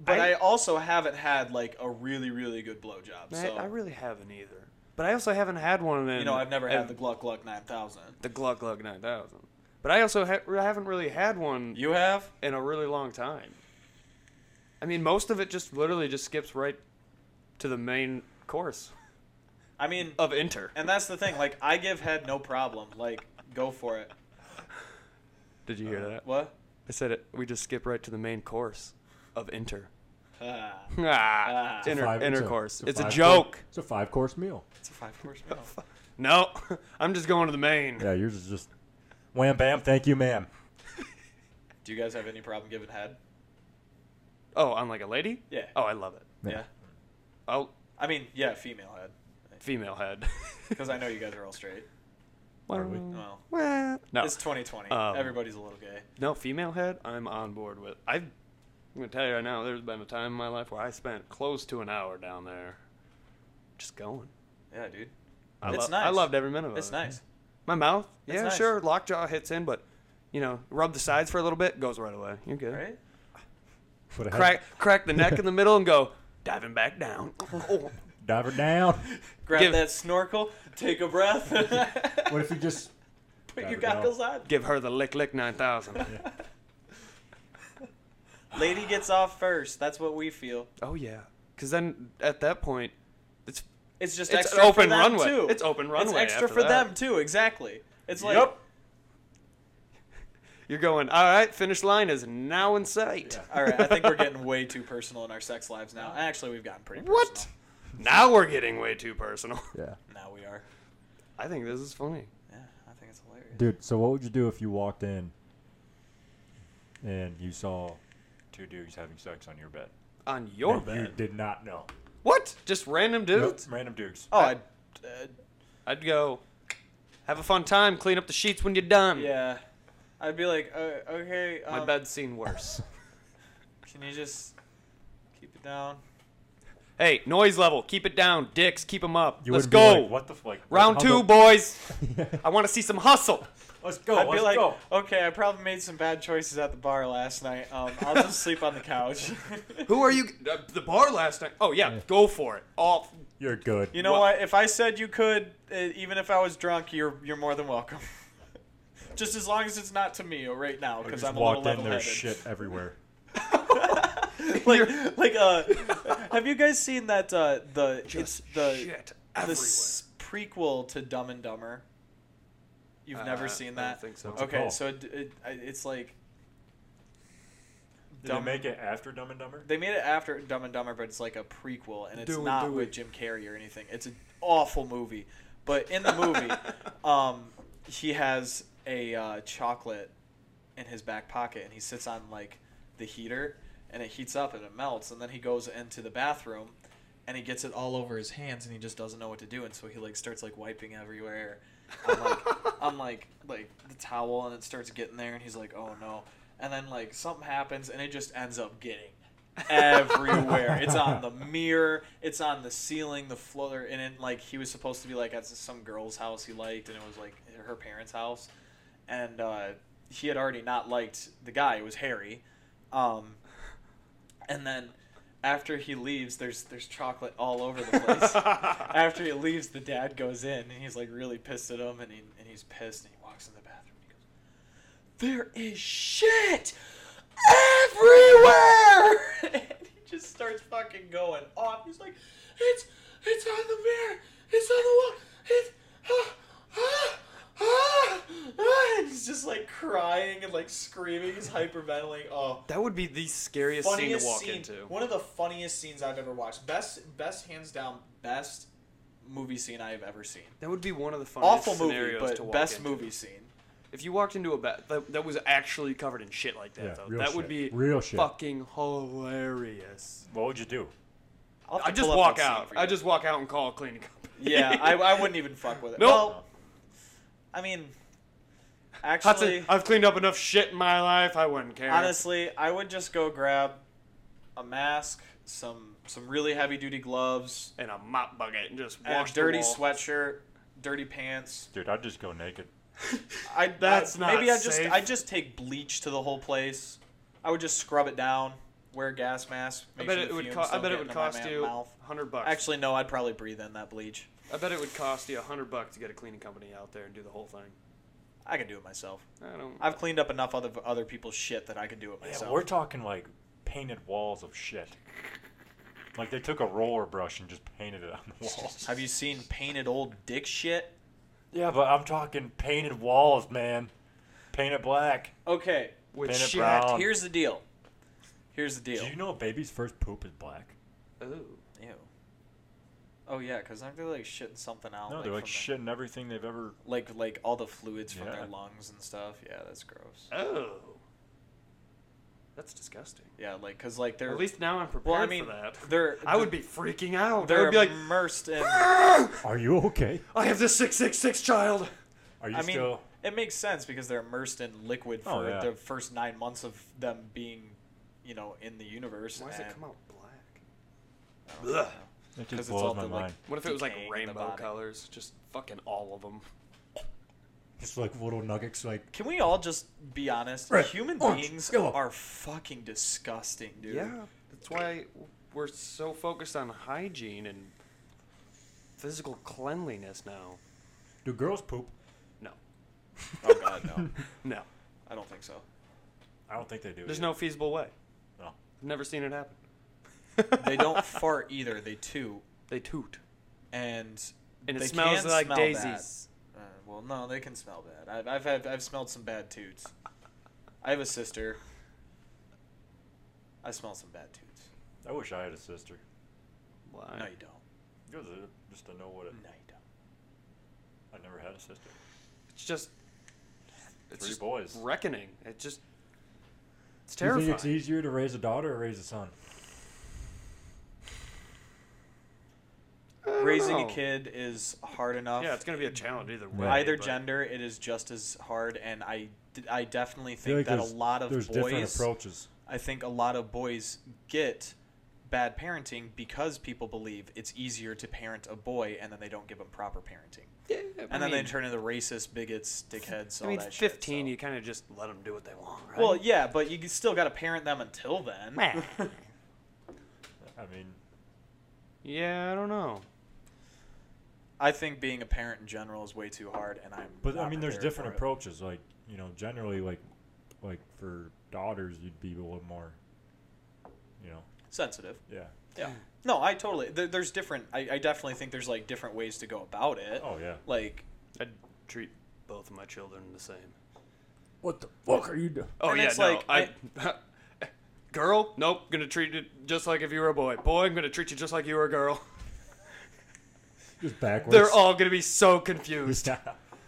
Speaker 2: but I,
Speaker 4: I-
Speaker 2: also haven't had like a really, really good blowjob.
Speaker 4: I,
Speaker 2: So
Speaker 4: I really haven't either. But I also haven't had one in.
Speaker 2: you know, I've never
Speaker 4: in
Speaker 2: had the Gluck Gluck nine thousand.
Speaker 4: the Glug Glug 9000. But I also ha- I haven't really had one
Speaker 2: You have?
Speaker 4: in a really long time. I mean, most of it just literally just skips right to the main course
Speaker 2: I mean,
Speaker 4: of Inter.
Speaker 2: and that's the thing. Like, I give head no problem. Like, go for it.
Speaker 4: Did you hear that?
Speaker 2: What?
Speaker 4: I said it. We just skip right to the main course of Inter.
Speaker 2: Ah,
Speaker 4: Ah,
Speaker 2: It's
Speaker 5: it's a
Speaker 4: inter-
Speaker 5: five- it's a-
Speaker 4: intercourse. It's a,
Speaker 5: five
Speaker 4: joke.
Speaker 5: cour- it's a five course meal.
Speaker 2: it's a five course meal.
Speaker 4: No, I'm just going to the main.
Speaker 5: Yeah, yours is just.
Speaker 3: Wham bam, thank you, ma'am.
Speaker 2: Do you guys have any problem giving head?
Speaker 4: Oh, I'm like a lady?
Speaker 2: Yeah.
Speaker 4: Oh, I love it.
Speaker 2: yeah.
Speaker 4: Oh,
Speaker 2: I mean, yeah, female head.
Speaker 4: female head.
Speaker 2: Because I know you guys are all straight.
Speaker 4: Are
Speaker 5: we?
Speaker 2: Well,
Speaker 4: No.
Speaker 2: it's 2020.
Speaker 4: Um,
Speaker 2: Everybody's a little gay.
Speaker 4: No, female head, I'm on board with. I've, I'm going to tell you right now, there's been a time in my life where I spent close to an hour down there just going.
Speaker 2: Yeah, dude.
Speaker 4: I
Speaker 2: It's
Speaker 4: lo- I
Speaker 2: nice.
Speaker 4: loved every minute of it.
Speaker 2: It's nice.
Speaker 4: My mouth,
Speaker 2: It's
Speaker 4: yeah,
Speaker 2: nice.
Speaker 4: sure, lockjaw hits in, but, you know, rub the sides for a little bit, goes right away. You're good.
Speaker 2: Right?
Speaker 5: Put a head-
Speaker 4: Crack, crack the neck in the middle and go, diving back down. Oh.
Speaker 5: Dive her down.
Speaker 2: Grab
Speaker 4: Give-
Speaker 2: that snorkel, take a breath,
Speaker 5: what if you just?
Speaker 2: put your
Speaker 5: Grab it down.
Speaker 2: goggles on.
Speaker 4: Give her the lick lick 9000.
Speaker 2: Lady gets off first. That's what we feel.
Speaker 4: Oh yeah, because then at that point, it's
Speaker 2: It's just
Speaker 4: It's
Speaker 2: extra
Speaker 4: open
Speaker 2: for them,
Speaker 4: runway.
Speaker 2: too.
Speaker 4: It's open runway
Speaker 2: It's extra
Speaker 4: after
Speaker 2: for
Speaker 4: that.
Speaker 2: them too. Exactly. It's like
Speaker 4: Yup. you're going. All right, finish line is now in sight.
Speaker 2: All right, I think we're getting way too personal in our sex lives now. Actually, we've gotten pretty personal.
Speaker 4: What? now we're getting way too personal.
Speaker 5: Yeah,
Speaker 2: Now we are.
Speaker 4: I think this is funny.
Speaker 2: Yeah, I think it's hilarious.
Speaker 5: dude. So what would you do if you
Speaker 3: Walked in and you saw two dudes having sex on your bed.
Speaker 4: On your
Speaker 3: that You
Speaker 4: bed.
Speaker 3: did not know.
Speaker 4: What? Just random dudes?
Speaker 3: Random dudes.
Speaker 2: Oh, I, uh,
Speaker 4: I'd go. Have a fun time. Clean up the sheets when you're done.
Speaker 2: yeah. I'd be like, uh, okay. Um,
Speaker 4: My bed's seen worse.
Speaker 2: Can you just keep it down?
Speaker 4: hey, noise level. Keep it down. Dicks, keep them up.
Speaker 5: You
Speaker 4: Let's
Speaker 5: wouldn't be
Speaker 4: go.
Speaker 5: like,
Speaker 3: What the fuck?
Speaker 4: Round
Speaker 5: how
Speaker 4: two,
Speaker 5: the-
Speaker 4: boys. I want to see some hustle.
Speaker 3: Let's go.
Speaker 2: I'd
Speaker 3: let's
Speaker 2: be like,
Speaker 3: go.
Speaker 2: okay, I probably made some bad choices at the bar last night. Um, I'll just sleep on the couch.
Speaker 4: Who are you? Uh, the bar last night. Oh yeah, go for it. All
Speaker 5: You're good.
Speaker 2: you know what? If I said you could, uh, even if I was drunk, you're you're more than welcome. just as long as it's not to me or right now, because
Speaker 3: Just
Speaker 2: I'm a little
Speaker 3: walked in,
Speaker 2: level
Speaker 3: there's
Speaker 2: headed.
Speaker 3: shit everywhere.
Speaker 2: like, like, uh, have you guys seen that? Uh, the
Speaker 4: just
Speaker 2: it's the
Speaker 4: shit
Speaker 2: the
Speaker 4: everywhere.
Speaker 2: s- prequel to Dumb and Dumber. You've
Speaker 4: Uh,
Speaker 2: never seen
Speaker 4: I
Speaker 2: that?
Speaker 4: don't think so.
Speaker 3: it
Speaker 2: Okay,
Speaker 3: called?
Speaker 2: so it, it, I- it's like
Speaker 3: Did
Speaker 2: Dumb-
Speaker 3: they make it after Dumb and Dumber?
Speaker 2: They made it after Dumb and Dumber, but it's like a prequel, and it's
Speaker 4: Do it,
Speaker 2: not
Speaker 4: do
Speaker 2: with
Speaker 4: it.
Speaker 2: Jim Carrey or anything. It's an awful movie, but in the movie, um, he has a uh, chocolate in his back pocket and he sits on like the heater and it heats up and it melts and then he goes into the bathroom and he gets it all over his hands and he just doesn't know what to do and so he like starts like wiping everywhere on like on like like the towel and it starts getting there and he's like oh no and then like something happens and it just ends up getting everywhere. it's on the mirror. It's on the ceiling, the floor, and then like he was supposed to be like at some girl's house he liked, and it was like her parents' house, and uh, he had already not liked the guy. It was Harry, um, and then after he leaves, there's there's chocolate all over the place. after he leaves, the dad goes in and he's like really pissed at him, and he, and he's pissed, and he walks in the bathroom. and he goes, there is shit everywhere. and he just starts fucking going off. He's like, it's it's on the mirror, it's on the wall, it's ah, ah, ah, ah. And he's just like crying and like screaming. He's hyperventilating. Oh.
Speaker 4: That would be the scariest scene to walk
Speaker 2: scene-
Speaker 4: into.
Speaker 2: One of the funniest scenes I've ever watched. Best, best hands down, best movie scene I have ever seen.
Speaker 4: That would be one of the funniest
Speaker 2: Awful movie,
Speaker 4: scenarios to
Speaker 2: but
Speaker 4: walk
Speaker 2: best
Speaker 4: into.
Speaker 2: movie scene.
Speaker 4: If you walked into a bed that, that was actually covered in shit like that,
Speaker 3: Yeah,
Speaker 4: though,
Speaker 3: real
Speaker 4: that would be
Speaker 3: shit. Real shit.
Speaker 4: fucking hilarious.
Speaker 3: What would you do?
Speaker 2: I'll have
Speaker 4: I
Speaker 2: to
Speaker 4: just
Speaker 2: pull up
Speaker 4: walk
Speaker 2: that scene
Speaker 4: out.
Speaker 2: for you.
Speaker 4: I just walk out and call a cleaning company.
Speaker 2: Yeah, I, I wouldn't even fuck with it.
Speaker 4: Nope.
Speaker 2: Well, I mean, actually,
Speaker 4: Hudson, I've cleaned up enough shit in my life. I wouldn't care.
Speaker 2: honestly, I would just go grab a mask, some some really heavy duty gloves,
Speaker 4: and a mop bucket and just
Speaker 2: and
Speaker 4: wash
Speaker 2: a dirty
Speaker 4: the wall.
Speaker 2: sweatshirt, dirty pants.
Speaker 3: Dude, I'd just go naked.
Speaker 2: I
Speaker 4: That's
Speaker 2: I,
Speaker 4: not
Speaker 2: maybe I just
Speaker 4: safe.
Speaker 2: I just take bleach to the whole place. I would just scrub it down, wear a gas mask.
Speaker 4: I
Speaker 2: Make
Speaker 4: bet
Speaker 2: sure
Speaker 4: it
Speaker 2: the
Speaker 4: would.
Speaker 2: fumes
Speaker 4: Co- I
Speaker 2: don't
Speaker 4: bet
Speaker 2: get
Speaker 4: it would
Speaker 2: into my
Speaker 4: cost
Speaker 2: ma-
Speaker 4: you
Speaker 2: mouth.
Speaker 4: hundred bucks.
Speaker 2: Actually, no, I'd probably breathe in that bleach.
Speaker 4: I bet it would cost you a hundred bucks to get a cleaning company out there and do the whole thing.
Speaker 2: I could do it myself.
Speaker 4: I don't.
Speaker 2: I've cleaned up enough other other people's shit that I could do it
Speaker 3: Yeah,
Speaker 2: myself.
Speaker 3: but we're talking like painted walls of shit. Like they took a roller brush and just painted it on the walls.
Speaker 2: Have you seen painted old dick shit?
Speaker 3: yeah, but I'm talking painted walls, man. Painted black.
Speaker 2: Okay,
Speaker 4: with
Speaker 3: Bennett
Speaker 4: shit.
Speaker 3: Brown. Um,
Speaker 2: here's the deal. Here's the deal.
Speaker 3: Do you know a baby's first poop is black?
Speaker 4: Ooh.
Speaker 2: Ew. Oh yeah, because aren't they like shitting something out?
Speaker 3: No, they're like
Speaker 2: from
Speaker 3: shitting everything they've ever.
Speaker 2: The, like like all the fluids from
Speaker 3: Yeah.
Speaker 2: their lungs and stuff. Yeah, that's gross.
Speaker 4: Oh, that's disgusting.
Speaker 2: Yeah, like because like they're
Speaker 4: At least now I'm prepared
Speaker 2: well, I mean
Speaker 4: for that.
Speaker 2: they're
Speaker 4: I would be freaking out. I
Speaker 2: they're
Speaker 4: would be like,
Speaker 2: immersed in.
Speaker 3: Are you okay?
Speaker 4: I have this six six six child.
Speaker 3: Are you
Speaker 2: I mean,
Speaker 3: still?
Speaker 2: it makes sense because they're immersed in liquid for
Speaker 3: Oh, yeah.
Speaker 2: the first nine months of them being, you know, in the universe.
Speaker 4: Why does it
Speaker 2: and-
Speaker 4: come out black?
Speaker 2: I don't know.
Speaker 4: Ugh.
Speaker 3: It
Speaker 2: 'Cause it's
Speaker 3: just
Speaker 2: all
Speaker 3: blows my
Speaker 2: the, like-
Speaker 3: mind.
Speaker 4: What if it was like
Speaker 2: Decaying in the
Speaker 4: rainbow
Speaker 2: body.
Speaker 4: colors? Just fucking all of them.
Speaker 5: Just like little nuggets, like
Speaker 2: Can we all just be honest?
Speaker 5: Red,
Speaker 2: Human
Speaker 5: orange,
Speaker 2: beings
Speaker 5: yellow.
Speaker 2: are fucking disgusting, dude.
Speaker 4: that's why we're so focused on hygiene and physical cleanliness now.
Speaker 5: do girls poop?
Speaker 4: No,
Speaker 2: Oh god, no.
Speaker 4: no.
Speaker 2: I don't think so.
Speaker 3: I don't think they do.
Speaker 4: There's
Speaker 3: either.
Speaker 4: no feasible way.
Speaker 3: No.
Speaker 4: I've never seen it happen.
Speaker 2: They don't fart either. They toot,
Speaker 4: They toot,
Speaker 2: and
Speaker 4: and it
Speaker 2: they
Speaker 4: smells
Speaker 2: can
Speaker 4: like
Speaker 2: smell
Speaker 4: daisies.
Speaker 2: bad. Uh, well, no, they can smell bad. I've I've, had, I've smelled some bad toots. I have a sister. I smell some bad toots.
Speaker 3: I wish I had a sister.
Speaker 4: Why?
Speaker 2: No, you don't.
Speaker 3: It was a- just to know what it.
Speaker 2: No, you don't.
Speaker 3: I never had a sister.
Speaker 4: It's just it's
Speaker 3: Three
Speaker 4: just
Speaker 3: boys.
Speaker 4: reckoning. It just it's
Speaker 3: Do you
Speaker 4: terrifying.
Speaker 3: think it's easier to raise a daughter or raise a son?
Speaker 4: I don't
Speaker 2: Raising
Speaker 4: know.
Speaker 2: a kid is hard enough.
Speaker 4: Yeah, it's gonna be a challenge either way.
Speaker 3: Right.
Speaker 2: Either
Speaker 4: but-
Speaker 2: gender, it is just as hard, and I, I definitely
Speaker 3: I feel
Speaker 2: think that a
Speaker 3: there's-
Speaker 2: lot of
Speaker 3: there's different
Speaker 2: boys
Speaker 3: approaches.
Speaker 2: I think a lot of boys get bad parenting because people believe it's easier to parent a boy and then they don't give them proper parenting.
Speaker 4: Yeah,
Speaker 2: And then they turn into racists, bigots, dickheads, all
Speaker 4: I mean,
Speaker 2: that shit,
Speaker 4: fifteen.
Speaker 2: so-
Speaker 4: You kind of just let them do what they want, right?
Speaker 2: Well, yeah, but you still got to parent them until then.
Speaker 4: Meh.
Speaker 3: I mean,
Speaker 4: yeah, I don't know.
Speaker 2: I think being a parent in general is way too hard, and I'm.
Speaker 3: but I
Speaker 2: not
Speaker 3: mean, there's
Speaker 2: prepared
Speaker 3: different
Speaker 2: for it.
Speaker 3: approaches. Like you know, generally, like like for daughters, you'd be a little more. You know,
Speaker 2: Sensitive.
Speaker 3: yeah.
Speaker 2: Yeah. No, I totally. There, there's different. I, I definitely think there's like different ways to go about it.
Speaker 3: Oh yeah.
Speaker 2: Like
Speaker 4: I'd treat both of my children the same.
Speaker 3: What the fuck are you doing?
Speaker 4: Oh
Speaker 2: And
Speaker 4: yeah,
Speaker 2: it's
Speaker 4: no.
Speaker 2: like,
Speaker 4: I, girl, nope. Gonna treat it just like if you were a boy. Boy, I'm gonna treat you just like you were a girl.
Speaker 3: Just backwards.
Speaker 4: They're all gonna be so confused.
Speaker 3: Yeah.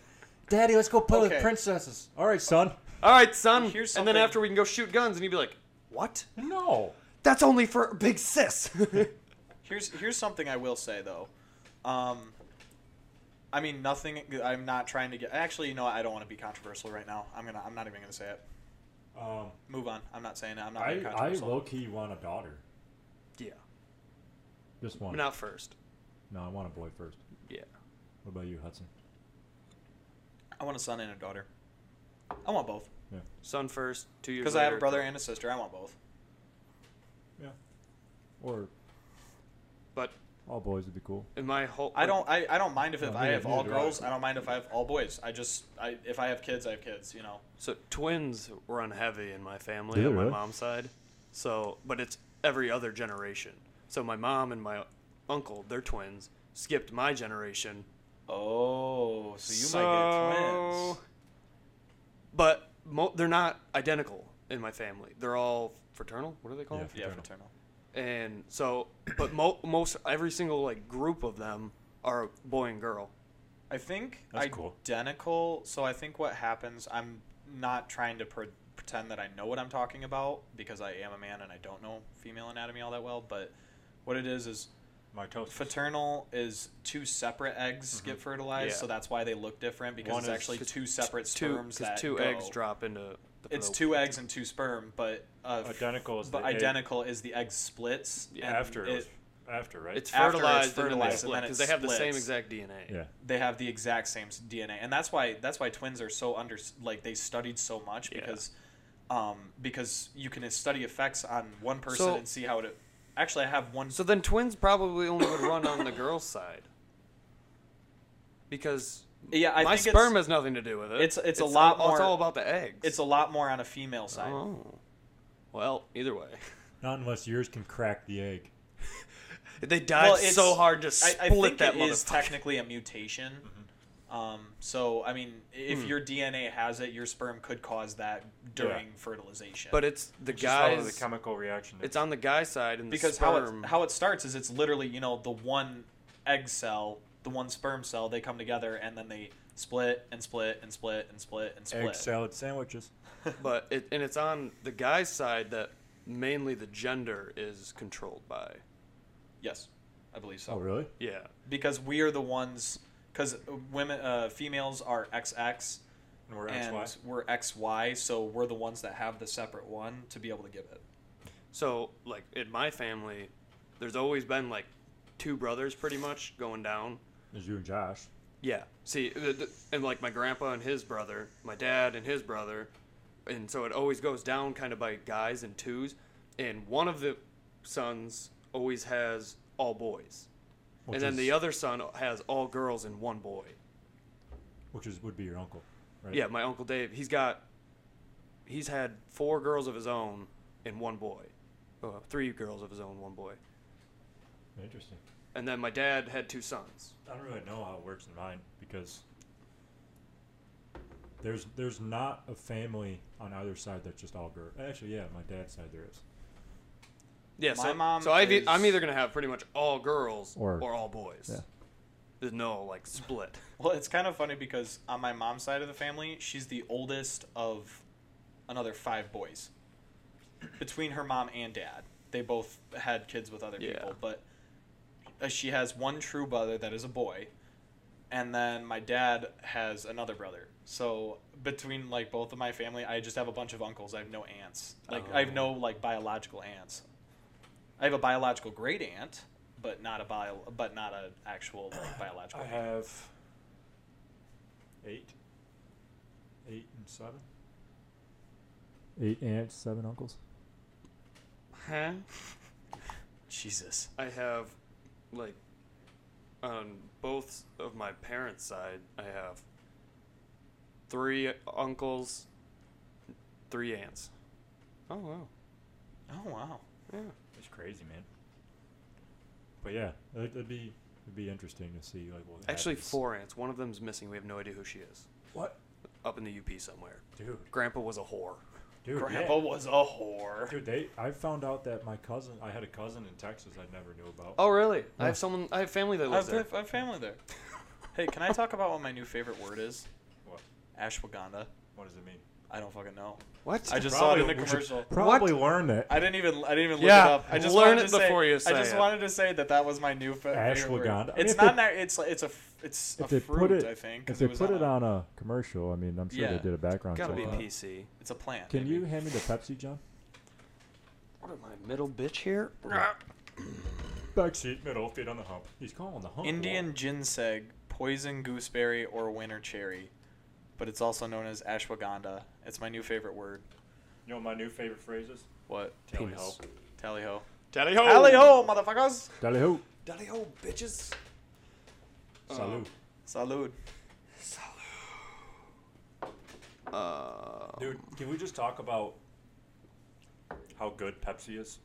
Speaker 5: Daddy, let's go play
Speaker 2: Okay.
Speaker 5: with princesses.
Speaker 3: All right, son.
Speaker 4: All right, son.
Speaker 2: Here's
Speaker 4: and then
Speaker 2: something-
Speaker 4: after we can go shoot guns, and he'd be like, "What?
Speaker 3: No.
Speaker 4: That's only for big sis."
Speaker 2: Here's here's something I will say though. Um, I mean nothing. I'm not trying to get. Actually, you know what? I don't want to be controversial right now. I'm gonna. I'm not even gonna say it.
Speaker 3: Um,
Speaker 2: Move on. I'm not saying it. I'm not
Speaker 3: I
Speaker 2: being
Speaker 3: I
Speaker 2: controversial.
Speaker 3: low key want a daughter.
Speaker 4: yeah,
Speaker 3: Just one.
Speaker 4: but not first.
Speaker 3: No, I want a boy first.
Speaker 4: Yeah.
Speaker 3: What about you, Hudson?
Speaker 2: I want a son and a daughter. I want both
Speaker 4: Son first, two years.
Speaker 2: because I have a
Speaker 4: later,
Speaker 2: brother and a sister. I want both.
Speaker 3: Yeah. Or
Speaker 4: But
Speaker 3: all boys would be cool.
Speaker 4: in my whole,
Speaker 2: I don't. I, I don't mind if, if
Speaker 3: Well,
Speaker 2: I
Speaker 3: yeah,
Speaker 2: have
Speaker 3: neither
Speaker 2: all
Speaker 3: do I.
Speaker 2: girls. I don't mind if I have all boys. I just. I if I have kids, I have kids. You know.
Speaker 4: So twins run heavy in my family
Speaker 3: Do they
Speaker 4: on my
Speaker 3: really?
Speaker 4: mom's side. So, but it's every other generation. So my mom and my uncle, they're twins. Skipped my generation.
Speaker 2: Oh, so you might get
Speaker 4: So-
Speaker 2: twins.
Speaker 4: But mo- they're not identical in my family. They're all fraternal. What are they called?
Speaker 2: Yeah,
Speaker 3: Fraternal.
Speaker 2: fraternal.
Speaker 4: And so, but mo- most every single like group of them are a boy and girl.
Speaker 2: I think
Speaker 3: That's cool.
Speaker 2: identical. So I think what happens, I'm not trying to pre- pretend that I know what I'm talking about because I am a man and I don't know female anatomy all that well. But what it is is
Speaker 3: Mitosis.
Speaker 2: Fraternal is two separate eggs get fertilized,
Speaker 4: Mm-hmm. Yeah.
Speaker 2: so that's why they look different because
Speaker 3: One
Speaker 2: it's
Speaker 3: is-
Speaker 2: actually
Speaker 4: 'Cause
Speaker 2: two separate
Speaker 4: Two,
Speaker 2: sperms
Speaker 4: 'cause
Speaker 2: that
Speaker 4: two
Speaker 2: go.
Speaker 4: eggs drop into. The
Speaker 2: It's
Speaker 4: fertile-
Speaker 2: two eggs and two sperm, but uh, f-
Speaker 3: Identical is
Speaker 2: but
Speaker 3: the egg-
Speaker 2: identical is the egg splits
Speaker 4: Yeah,
Speaker 2: and
Speaker 3: after it,
Speaker 2: it-
Speaker 3: was, after right.
Speaker 4: It's
Speaker 2: After it's
Speaker 4: fertilized,
Speaker 2: fertilized, and
Speaker 4: and then
Speaker 2: then
Speaker 4: because
Speaker 2: it
Speaker 4: they have the same
Speaker 2: splits.
Speaker 4: exact DNA.
Speaker 3: yeah.
Speaker 2: they have the exact same s- DNA, and that's why that's why twins are so under like they studied so much
Speaker 4: Yeah.
Speaker 2: because um because you can study effects on one person
Speaker 4: So-
Speaker 2: and see how it. Actually, I have one.
Speaker 4: So then twins probably only would run on the girl's side. Because
Speaker 2: yeah, I
Speaker 4: my
Speaker 2: think
Speaker 4: sperm
Speaker 2: it's,
Speaker 4: has nothing to do with it.
Speaker 2: it's- it's a lot
Speaker 4: all, It's
Speaker 2: more-
Speaker 4: all about the eggs.
Speaker 2: it's a lot more on a female side.
Speaker 4: Oh. Well, either way.
Speaker 3: Not unless yours can crack the egg.
Speaker 4: They died
Speaker 2: it's-
Speaker 4: so hard to
Speaker 2: I,
Speaker 4: split
Speaker 2: I think
Speaker 4: that
Speaker 2: it is
Speaker 4: motherfucker. Mm-hmm.
Speaker 2: technically a mutation. Um, so I mean, if
Speaker 4: Hmm.
Speaker 2: your DNA has it, your sperm could cause that during fertilization.
Speaker 4: But it's the
Speaker 3: It's just how
Speaker 4: guys.
Speaker 3: the chemical reaction.
Speaker 4: it's on the guy's side and
Speaker 2: because
Speaker 4: the
Speaker 2: how
Speaker 4: sperm.
Speaker 2: it, how it starts is it's literally you know the one egg cell, the one sperm cell, they come together and then they split and split and split and split and split.
Speaker 3: egg salad sandwiches.
Speaker 4: but it, and it's on the guy's side that mainly the gender is controlled by.
Speaker 2: Yes, I believe so.
Speaker 3: Oh really?
Speaker 4: Yeah.
Speaker 2: Because we are the ones. Because women, uh, females are XX,
Speaker 3: And we're
Speaker 2: and
Speaker 3: XY.
Speaker 2: we're XY, so we're the ones that have the separate one to be able to give it.
Speaker 4: So, like in my family, there's always been like two brothers pretty much going down.
Speaker 3: There's you and Josh.
Speaker 4: Yeah. See, th- th- and like my grandpa and his brother, my dad and his brother, and so it always goes down kind of by guys and twos, and one of the sons always has all boys,
Speaker 3: Which
Speaker 4: and then
Speaker 3: is,
Speaker 4: the other son has all girls and one boy.
Speaker 3: which is would be your uncle, right?
Speaker 4: Yeah, my uncle Dave, he's got, he's had four girls of his own and one boy, oh, three girls of his own, one boy,
Speaker 3: Interesting.
Speaker 4: and then my dad had two sons.
Speaker 3: I don't really know how it works in mine because there's there's not a family on either side that's just all girl. Actually, yeah, my dad's side there is.
Speaker 4: Yeah,
Speaker 2: My
Speaker 4: so,
Speaker 2: mom
Speaker 4: so I've, e- I'm
Speaker 2: is-
Speaker 4: either gonna have pretty much all girls or,
Speaker 3: Or-
Speaker 4: all boys.
Speaker 3: yeah.
Speaker 4: There's no like split.
Speaker 2: Well, it's kind of funny because on my mom's side of the family, she's the oldest of another five boys. Between her mom and dad, they both had kids with other
Speaker 4: Yeah.
Speaker 2: people, but uh, she has one true brother that is a boy, and then my dad has another brother. So between like both of my family, I just have a bunch of uncles. I have no aunts. Like I have no like biological aunts. I have a biological great aunt, but not a bio, but not an actual like, biological.
Speaker 3: I
Speaker 2: aunt.
Speaker 3: have eight, eight and seven. Eight aunts, seven uncles.
Speaker 4: Huh?
Speaker 2: Jesus.
Speaker 4: I have like on both of my parents' side, I have three uncles, three aunts. Oh wow.
Speaker 2: Oh wow.
Speaker 4: Yeah.
Speaker 3: It's crazy, man. But yeah, it, it'd be it'd be interesting to see like what
Speaker 4: Actually,
Speaker 3: happens.
Speaker 4: four aunts. One of them's missing. We have no idea who she is.
Speaker 3: What,
Speaker 4: Up in the UP somewhere.
Speaker 3: dude?
Speaker 4: Grandpa was a whore.
Speaker 3: Dude,
Speaker 2: Grandpa
Speaker 3: yeah.
Speaker 2: was a whore.
Speaker 3: Dude, they. I found out that my cousin. I had a cousin in Texas I never knew about.
Speaker 4: Oh really? I
Speaker 3: Yeah.
Speaker 4: have someone. I have family that
Speaker 2: I have,
Speaker 4: lives there.
Speaker 2: I have family there. Hey, can I talk about what my new favorite word is?
Speaker 3: What?
Speaker 2: Ashwagandha.
Speaker 3: What does it mean?
Speaker 2: I don't fucking know.
Speaker 4: What?
Speaker 2: I just saw it in a
Speaker 3: we should
Speaker 2: commercial.
Speaker 3: Probably
Speaker 4: What?
Speaker 3: learned it.
Speaker 2: I didn't even I didn't even
Speaker 4: Yeah,
Speaker 2: look it up. I just
Speaker 4: learn
Speaker 2: wanted
Speaker 4: it
Speaker 2: to say,
Speaker 4: before you
Speaker 2: I
Speaker 4: say
Speaker 2: just
Speaker 4: it.
Speaker 2: wanted to say that that was my new fa- favorite word.
Speaker 3: Ashwagandha. I mean,
Speaker 2: It's
Speaker 3: if
Speaker 2: not
Speaker 3: they-
Speaker 2: that it's like- it's a f- it's a
Speaker 3: if they
Speaker 2: fruit
Speaker 3: put it,
Speaker 2: I think
Speaker 3: if
Speaker 2: 'cause
Speaker 3: they
Speaker 2: was
Speaker 3: put it
Speaker 2: a-
Speaker 3: on a commercial, I mean, I'm sure
Speaker 2: Yeah.
Speaker 3: they did a background check.
Speaker 4: Gotta be
Speaker 3: on it.
Speaker 4: PC.
Speaker 2: it's a plant.
Speaker 3: Can
Speaker 2: maybe.
Speaker 3: you hand me the Pepsi, John?
Speaker 4: What am I, middle bitch here?
Speaker 3: Backseat, middle, feet on the hump. He's calling the hump.
Speaker 2: Indian ginseng, poison gooseberry, or winter cherry, but it's also known as ashwagandha. It's my new favorite word.
Speaker 3: You know my new favorite phrases?
Speaker 2: What?
Speaker 3: Tally ho.
Speaker 4: Penis.
Speaker 2: Tally ho.
Speaker 4: Tally ho!
Speaker 2: Tally ho, motherfuckers!
Speaker 3: Tally ho.
Speaker 2: Tally ho, bitches!
Speaker 3: Salud.
Speaker 2: Salud.
Speaker 4: Uh,
Speaker 3: Dude, can we just talk about how good Pepsi is?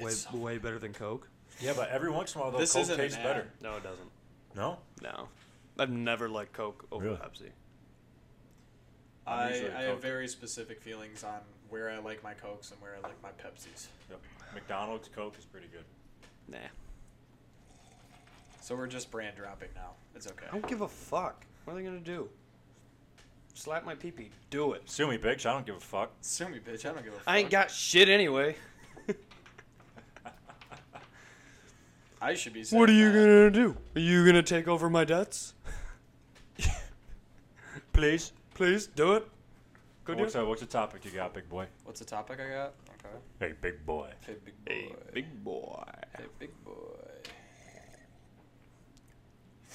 Speaker 4: way,
Speaker 2: It's so-
Speaker 4: way better than Coke?
Speaker 3: Yeah, but every once in a while, though,
Speaker 2: This
Speaker 3: Coke
Speaker 2: isn't an
Speaker 3: tastes
Speaker 2: ad.
Speaker 3: better.
Speaker 4: No, it doesn't.
Speaker 3: No?
Speaker 4: No. I've never liked Coke over
Speaker 3: Really?
Speaker 4: Pepsi.
Speaker 2: I,
Speaker 3: I'm usually a
Speaker 2: I have
Speaker 3: Coke.
Speaker 2: very specific feelings on where I like my Cokes and where I like my Pepsis.
Speaker 3: Yep. McDonald's Coke is pretty good.
Speaker 4: Nah.
Speaker 2: So we're just brand dropping now. It's
Speaker 4: I
Speaker 2: okay.
Speaker 4: don't give a fuck. What are they gonna do? Slap my pee pee. Do it.
Speaker 3: Sue me, bitch. I don't give a fuck.
Speaker 2: Sue me, bitch. I don't give a fuck.
Speaker 4: I ain't got shit anyway.
Speaker 2: I should be.
Speaker 4: What are
Speaker 2: saying
Speaker 4: you
Speaker 2: that.
Speaker 4: gonna do? Are you gonna take over my debts?
Speaker 3: Please.
Speaker 4: Please do it. Go do
Speaker 3: What's,
Speaker 4: it.
Speaker 3: the what's the topic you got, big boy?
Speaker 2: What's the topic I got? Okay.
Speaker 3: Hey, big boy.
Speaker 2: Hey, big boy.
Speaker 4: Hey, big boy.
Speaker 2: Hey, big boy.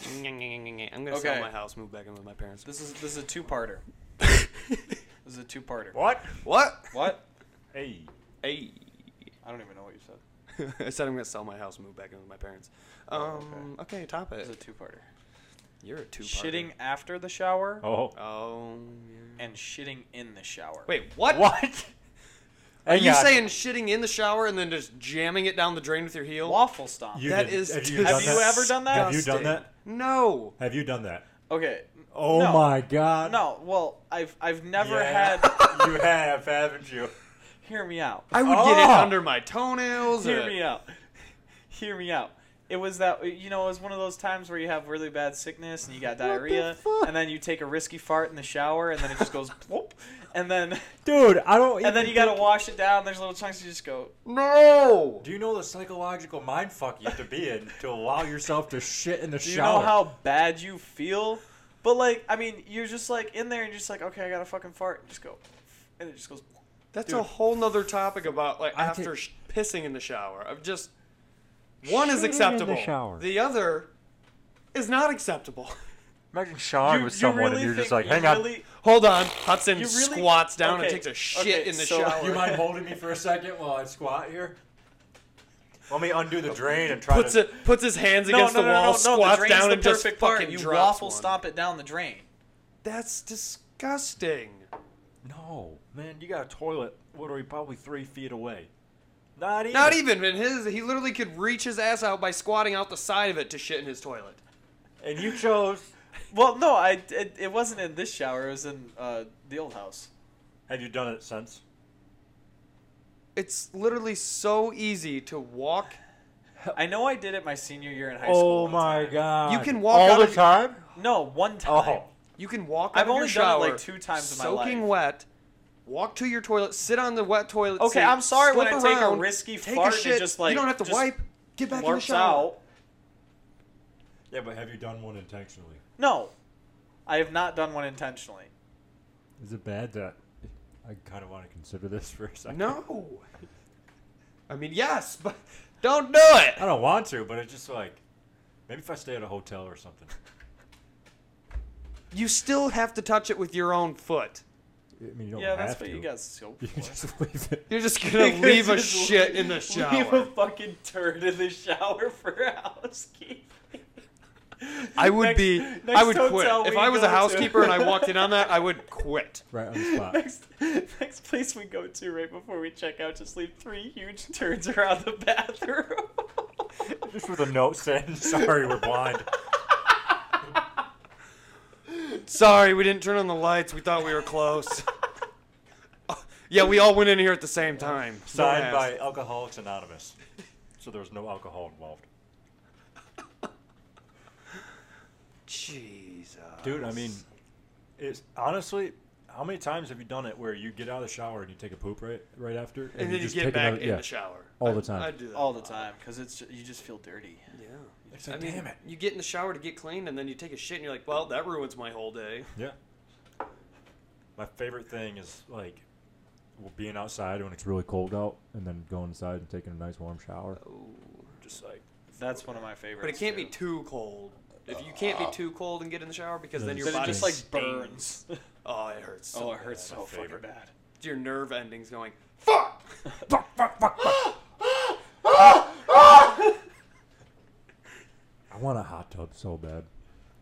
Speaker 4: I'm gonna sell
Speaker 2: Okay.
Speaker 4: my house, move back in with my parents.
Speaker 2: This is this is a two-parter. This is a two-parter.
Speaker 3: What?
Speaker 4: what?
Speaker 2: What?
Speaker 3: Hey.
Speaker 4: Hey.
Speaker 2: I don't even know what you said.
Speaker 4: I said I'm gonna sell my house, move back in with my parents.
Speaker 2: Oh,
Speaker 4: Um, okay. top
Speaker 2: This is a
Speaker 4: it.
Speaker 2: two-parter.
Speaker 4: You're a two.
Speaker 2: Shitting after the shower
Speaker 3: Oh.
Speaker 4: Oh. Yeah.
Speaker 2: and shitting in the shower.
Speaker 4: Wait, what?
Speaker 3: What?
Speaker 4: Are
Speaker 3: Hang
Speaker 4: you
Speaker 3: on.
Speaker 4: saying shitting in the shower and then just jamming it down the drain with your heel?
Speaker 2: Waffle stomp.
Speaker 3: You
Speaker 4: That
Speaker 3: did-
Speaker 4: is
Speaker 3: have you
Speaker 4: disgusting.
Speaker 3: done
Speaker 2: Have you
Speaker 3: that?
Speaker 2: ever done that?
Speaker 3: Have you done that?
Speaker 4: No.
Speaker 3: Have you done that?
Speaker 2: Okay.
Speaker 3: Oh
Speaker 2: No.
Speaker 3: my god.
Speaker 2: No. Well, I've I've never
Speaker 3: Yeah.
Speaker 2: had.
Speaker 3: you have, haven't you?
Speaker 2: Hear me out.
Speaker 4: I would get it
Speaker 3: Oh.
Speaker 4: under my toenails.
Speaker 2: Hear
Speaker 4: uh,
Speaker 2: me out. Hear me out. It was that you know it was one of those times where you have really bad sickness and you got diarrhea
Speaker 3: fuck?
Speaker 2: and then you take a risky fart in the shower and then it just goes plop and then
Speaker 3: Dude, I don't even
Speaker 2: and then you gotta wash it down. There's little chunks. You just go.
Speaker 4: No.
Speaker 3: Do you know the psychological mind fuck you have to be in to allow yourself to shit in the
Speaker 2: Do you
Speaker 3: shower?
Speaker 2: know how bad you feel? But like, I mean, you're just like in there and you're just like, okay, I gotta fucking fart and just go, and it just goes.
Speaker 4: That's a
Speaker 2: Dude.
Speaker 4: whole nother topic about like
Speaker 3: I
Speaker 4: after
Speaker 3: did-
Speaker 4: sh- pissing in the shower. I've just one
Speaker 3: Shitting
Speaker 4: is
Speaker 3: in the
Speaker 4: acceptable.
Speaker 3: shower.
Speaker 4: The other is not acceptable.
Speaker 3: Imagine showering
Speaker 2: You-
Speaker 3: with
Speaker 2: you
Speaker 3: someone
Speaker 2: really
Speaker 3: and you're
Speaker 2: think-
Speaker 3: just like,
Speaker 2: you
Speaker 3: hang
Speaker 2: really-
Speaker 4: Hold on, Hudson
Speaker 2: You really-
Speaker 4: squats down and
Speaker 2: okay,
Speaker 4: takes a shit
Speaker 2: okay,
Speaker 4: in the
Speaker 2: so-
Speaker 4: shower.
Speaker 3: on. You mind holding me for a second while I squat here? Uh, Let me undo the drain and try
Speaker 4: puts
Speaker 3: to.
Speaker 4: it puts his hands against the wall,
Speaker 2: the
Speaker 4: squats
Speaker 2: drain's
Speaker 4: down
Speaker 2: the
Speaker 4: and just
Speaker 2: perfect part.
Speaker 4: fucking
Speaker 2: You
Speaker 4: drops
Speaker 2: waffle
Speaker 4: one.
Speaker 2: stomp it down the drain.
Speaker 4: That's disgusting.
Speaker 3: No, man, you got a toilet. What are we? Probably three feet away. Not even.
Speaker 4: Not even in his. He literally could reach his ass out by squatting out the side of it to shit in his toilet.
Speaker 3: And you chose.
Speaker 2: Well, no, I it, it wasn't in this shower. It was in uh, the old house.
Speaker 3: Have you done it since?
Speaker 4: It's literally so easy to walk.
Speaker 2: I know I did it my senior year in high school.
Speaker 3: Oh
Speaker 2: one
Speaker 3: my
Speaker 2: time.
Speaker 3: god!
Speaker 4: You can walk out
Speaker 3: all the
Speaker 4: of-
Speaker 3: time.
Speaker 2: No, one time.
Speaker 3: Oh,
Speaker 4: You can walk.
Speaker 2: I've
Speaker 4: out of your
Speaker 2: only done it,
Speaker 4: shower,
Speaker 2: like, two times in my
Speaker 4: Soaking
Speaker 2: life.
Speaker 4: wet. Walk to your toilet. Sit on the wet toilet.
Speaker 2: Okay,
Speaker 4: seat,
Speaker 2: I'm sorry when
Speaker 4: slip
Speaker 2: I take a
Speaker 4: around,
Speaker 2: risky
Speaker 4: take
Speaker 2: fart
Speaker 4: a
Speaker 2: and
Speaker 4: shit.
Speaker 2: just, like,
Speaker 4: you don't have to
Speaker 2: just
Speaker 4: wipe. Get back in the
Speaker 2: Warps
Speaker 4: shower.
Speaker 2: out.
Speaker 3: yeah, but have you done one intentionally?
Speaker 2: No, I have not done one intentionally.
Speaker 3: Is it bad that I kind of want to consider this for a second?
Speaker 4: No. I mean yes, but don't do it.
Speaker 3: I don't want to, but it's just like maybe if I stay at a hotel or something.
Speaker 4: You still have to touch it with your own foot.
Speaker 3: I mean, you don't
Speaker 2: yeah,
Speaker 3: Oh, have
Speaker 2: that's
Speaker 3: to.
Speaker 2: what you got soap
Speaker 3: You
Speaker 2: for.
Speaker 3: just leave it.
Speaker 4: You're just gonna leave a shit in the
Speaker 2: Leave a
Speaker 4: shower.
Speaker 2: fucking turd in the shower for housekeeping.
Speaker 4: I would
Speaker 2: Next-
Speaker 4: be.
Speaker 2: next
Speaker 4: I would quit
Speaker 2: hotel
Speaker 4: if
Speaker 2: we
Speaker 4: I was a
Speaker 2: go to-
Speaker 4: housekeeper and I walked in on that. I would quit.
Speaker 3: Right on the spot.
Speaker 2: Next, next place we go to right before we check out, just leave three huge turds around the bathroom.
Speaker 3: just with a note saying, "Sorry, we're blind."
Speaker 4: Sorry, we didn't turn on the lights. We thought we were close. yeah, we all went in here at the same time.
Speaker 3: Signed
Speaker 4: Don't ask.
Speaker 3: by Alcoholics Anonymous. So there was no alcohol involved.
Speaker 4: Jesus.
Speaker 3: Dude, I mean, it's honestly, how many times have you done it where you get out of the shower and you take a poop right right after,
Speaker 4: And, then you,
Speaker 3: just
Speaker 4: get
Speaker 3: take
Speaker 4: back
Speaker 3: another,
Speaker 4: in
Speaker 3: yeah,
Speaker 4: the shower.
Speaker 3: all the
Speaker 4: I-
Speaker 3: time?
Speaker 4: I, do that
Speaker 2: all
Speaker 4: a
Speaker 2: the
Speaker 4: lot.
Speaker 2: time because it's ju- you just feel dirty.
Speaker 4: Yeah.
Speaker 3: It's like,
Speaker 4: I mean,
Speaker 3: damn it.
Speaker 4: You get in the shower to get clean, and then you take a shit, and you're like, "Well, that ruins my whole day."
Speaker 3: Yeah. My favorite thing is like w- being outside when it's really cold out, and then going inside and taking a nice warm shower.
Speaker 4: Oh.
Speaker 3: Just like
Speaker 2: That's one of my favorites.
Speaker 4: But it can't be
Speaker 2: too.
Speaker 4: too cold. If you can't be too cold and get in the shower, because then
Speaker 3: Then
Speaker 4: your
Speaker 3: it
Speaker 4: body
Speaker 3: just,
Speaker 2: like,
Speaker 4: stings.
Speaker 2: burns.
Speaker 4: Oh, it hurts. So
Speaker 2: oh, it hurts
Speaker 3: bad.
Speaker 2: so
Speaker 3: My
Speaker 2: fucking
Speaker 3: favorite.
Speaker 2: bad.
Speaker 4: bad. Your nerve endings going.
Speaker 3: fuck, fuck, fuck, fuck. I want a hot tub so bad.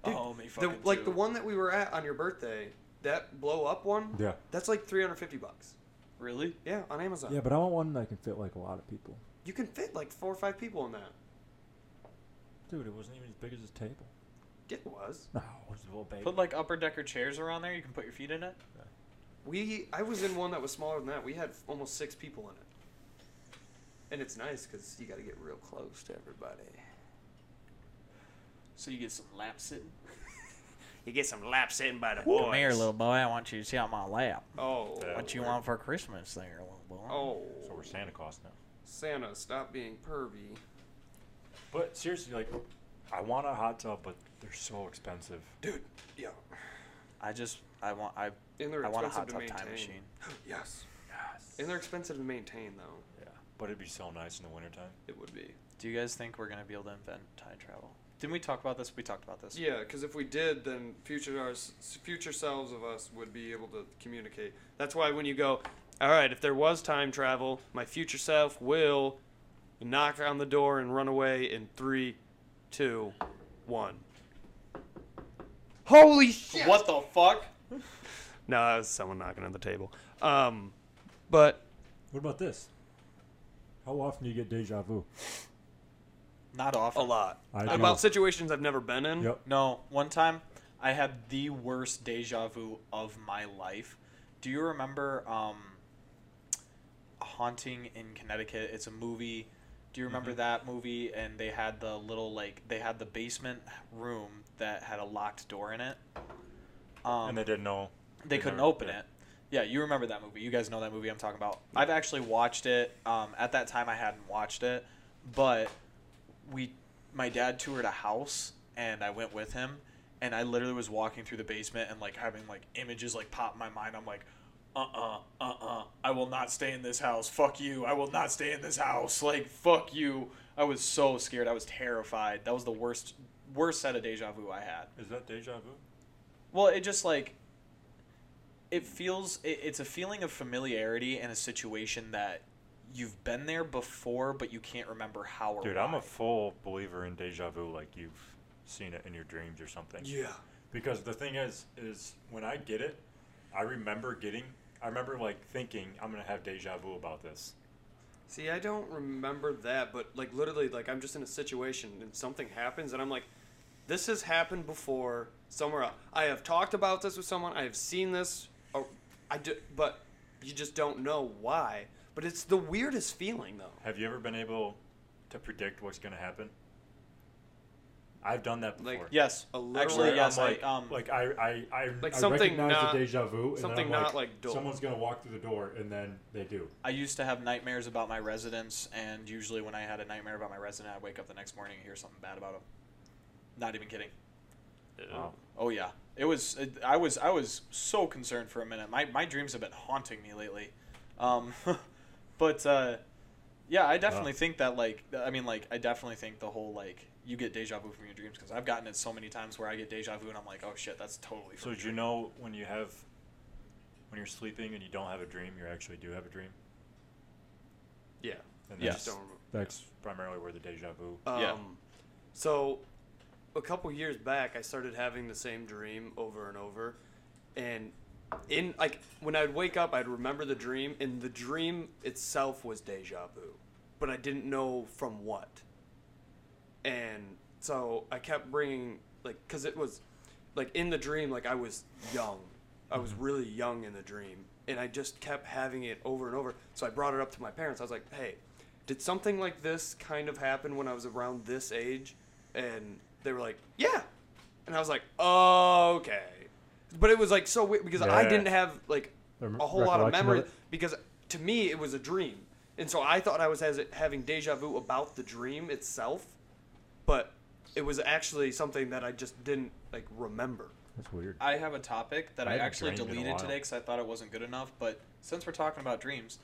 Speaker 2: oh, me
Speaker 4: The,
Speaker 2: fucking
Speaker 4: like the
Speaker 2: too.
Speaker 4: one that we were at on your birthday, that blow up one.
Speaker 3: Yeah.
Speaker 4: That's like 350 bucks.
Speaker 2: Really?
Speaker 4: Yeah, on Amazon.
Speaker 3: Yeah, but I want one that can fit like a lot of people.
Speaker 4: You can fit like four or five people in that.
Speaker 3: Dude, it wasn't even as big as this table.
Speaker 4: It was.
Speaker 3: No, it was a little baby.
Speaker 2: Put like upper decker chairs around there. You can put your feet in it.
Speaker 4: We I was in one that was smaller than that. We had almost six people in it. And it's nice because you got to get real close to everybody.
Speaker 2: So you get some lap sitting.
Speaker 4: You get some lap sitting by the
Speaker 2: Come here, little boy. I want you to sit on my lap.
Speaker 4: Oh.
Speaker 3: Yeah.
Speaker 2: What you want for Christmas, there, little boy?
Speaker 4: Oh.
Speaker 3: so we're Santa Claus now.
Speaker 4: Santa, stop being pervy.
Speaker 3: But seriously, like, I want a hot tub, but they're so expensive.
Speaker 4: Dude. Yeah.
Speaker 2: I just, I want, I,
Speaker 4: And they're
Speaker 2: I want a hot
Speaker 4: expensive
Speaker 2: tub
Speaker 4: to
Speaker 2: time
Speaker 4: maintain.
Speaker 2: machine.
Speaker 4: Yes.
Speaker 3: Yes.
Speaker 4: And they're expensive to maintain though.
Speaker 3: Yeah, but it'd be so nice in the wintertime.
Speaker 4: It would be.
Speaker 2: Do you guys think we're gonna be able to invent time travel? Didn't we talk about this? We talked about this.
Speaker 4: Yeah, because if we did, then future ours, future selves of us would be able to communicate. That's why when you go, all right, if there was time travel, my future self will knock on the door and run away in three, two, one. Holy shit!
Speaker 2: What the fuck?
Speaker 4: No, that was someone knocking on the table. Um, but
Speaker 3: What about this? How often do you get deja vu?
Speaker 2: Not
Speaker 4: a
Speaker 2: often.
Speaker 4: lot
Speaker 3: I do.
Speaker 4: about situations I've never been in.
Speaker 3: Yep.
Speaker 2: No, one time I had the worst deja vu of my life. Do you remember um, Haunting in Connecticut? It's a movie. Do you remember that movie? And they had the little, like, they had the basement room that had a locked door in it. Um,
Speaker 3: and they didn't know.
Speaker 2: they couldn't
Speaker 3: never-
Speaker 2: open
Speaker 3: yeah.
Speaker 2: it. Yeah, you remember that movie. You guys know that movie I'm talking about. I've actually watched it. Um, at that time, I hadn't watched it, but we, my dad toured a house, and I went with him, and I literally was walking through the basement and like having like images like pop in my mind. I'm like, uh uh uh uh, I will not stay in this house. Fuck you. I will not stay in this house. Like fuck you. I was so scared. I was terrified. That was the worst worst set of deja vu I had.
Speaker 3: Is that deja vu?
Speaker 2: Well, it just like it feels it, it's a feeling of familiarity in a situation that you've been there before, but you can't remember how or
Speaker 3: Dude, I'm
Speaker 2: why.
Speaker 3: a full believer in deja vu. Like you've seen it in your dreams or something.
Speaker 4: Yeah.
Speaker 3: Because the thing is, is when I get it, I remember getting. I remember like thinking I'm gonna have deja vu about this.
Speaker 4: See, I don't remember that, but like literally, like I'm just in a situation and something happens, and I'm like, this has happened before somewhere. Else. I have talked about this with someone. I have seen this. Or I do, but you just don't know why. But it's the weirdest feeling, though.
Speaker 3: Have you ever been able to predict what's gonna happen? I've done that before.
Speaker 4: Like-
Speaker 2: yes,
Speaker 4: A literal-
Speaker 2: actually
Speaker 4: I'm
Speaker 3: I'm
Speaker 2: yes.
Speaker 3: like,
Speaker 2: I, um,
Speaker 3: like I, I, I,
Speaker 4: Like
Speaker 3: I
Speaker 4: something
Speaker 3: recognize
Speaker 4: not-
Speaker 3: the deja vu. and then
Speaker 4: something
Speaker 3: I'm
Speaker 4: not like door.
Speaker 3: someone's gonna walk through the door, and then they do.
Speaker 2: I used to have nightmares about my residents, and usually when I had a nightmare about my resident, I wake up the next morning and hear something bad about him. Not even kidding.
Speaker 3: Wow.
Speaker 2: Oh yeah, it was. It, I was. I was so concerned for a minute. My my dreams have been haunting me lately, um, but uh, yeah, I definitely
Speaker 3: Wow.
Speaker 2: think that like. I mean, like, I definitely think the whole like you get deja vu from your dreams because I've gotten it so many times where I get deja vu and I'm like, oh shit, that's totally.
Speaker 3: So
Speaker 2: From
Speaker 3: did you know when you have when you're sleeping and you don't have a dream, you actually do have a dream?
Speaker 4: Yeah.
Speaker 3: And
Speaker 4: I
Speaker 2: Yes.
Speaker 4: just don't remember.
Speaker 3: That's primarily where the deja vu.
Speaker 4: Um,
Speaker 2: Yeah.
Speaker 4: So, a couple years back, I started having the same dream over and over, and in like when I'd wake up, I'd remember the dream, and the dream itself was deja vu, but I didn't know from what. And so I kept bringing like because it was like in the dream, like I was young, I was
Speaker 3: Mm-hmm.
Speaker 4: really young in the dream, and I just kept having it over and over. So I brought it up to my parents. I was like, hey. Did something like this kind of happen when I was around this age? And they were like, yeah. And I was like, okay. But it was like so weird because I
Speaker 3: Yeah.
Speaker 4: didn't have like
Speaker 3: A m-
Speaker 4: a whole lot of
Speaker 3: recollection of
Speaker 4: memory
Speaker 3: it?
Speaker 4: because to me it was a dream, and so I thought I was has having deja vu about the dream itself, but it was actually something that I just didn't like remember.
Speaker 3: That's weird.
Speaker 2: I have a topic that
Speaker 3: I
Speaker 2: I,
Speaker 3: haven't
Speaker 2: actually
Speaker 3: dreamed in a
Speaker 2: deleted
Speaker 3: while.
Speaker 2: today because I thought it wasn't good enough. But since we're talking about dreams,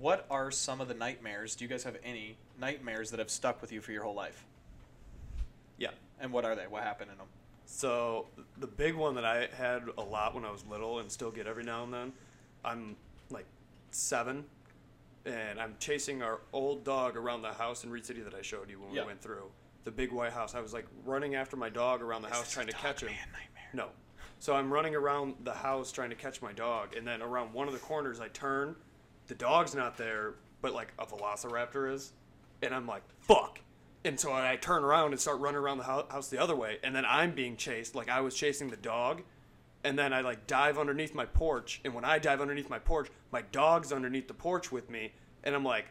Speaker 2: what are some of the nightmares? Do you guys have any nightmares that have stuck with you for your whole life?
Speaker 4: Yeah.
Speaker 2: And what are they? What happened in them?
Speaker 4: So the big one that I had a lot when I was little and still get every now and then, I'm like seven, and I'm chasing our old dog around the house in Reed City that I showed you when
Speaker 2: Yeah.
Speaker 4: we went through the big white house. I was like running after my dog around the house trying to catch him. No. So I'm running around the house trying to catch my dog, and then around one of the corners, I turn. The dog's not there, but like a velociraptor is. And I'm like, fuck. And so I turn around and start running around the hou- house the other way, and then I'm being chased like I was chasing the dog. And then I like dive underneath my porch, and when I dive underneath my porch, my dog's underneath the porch with me, and I'm like,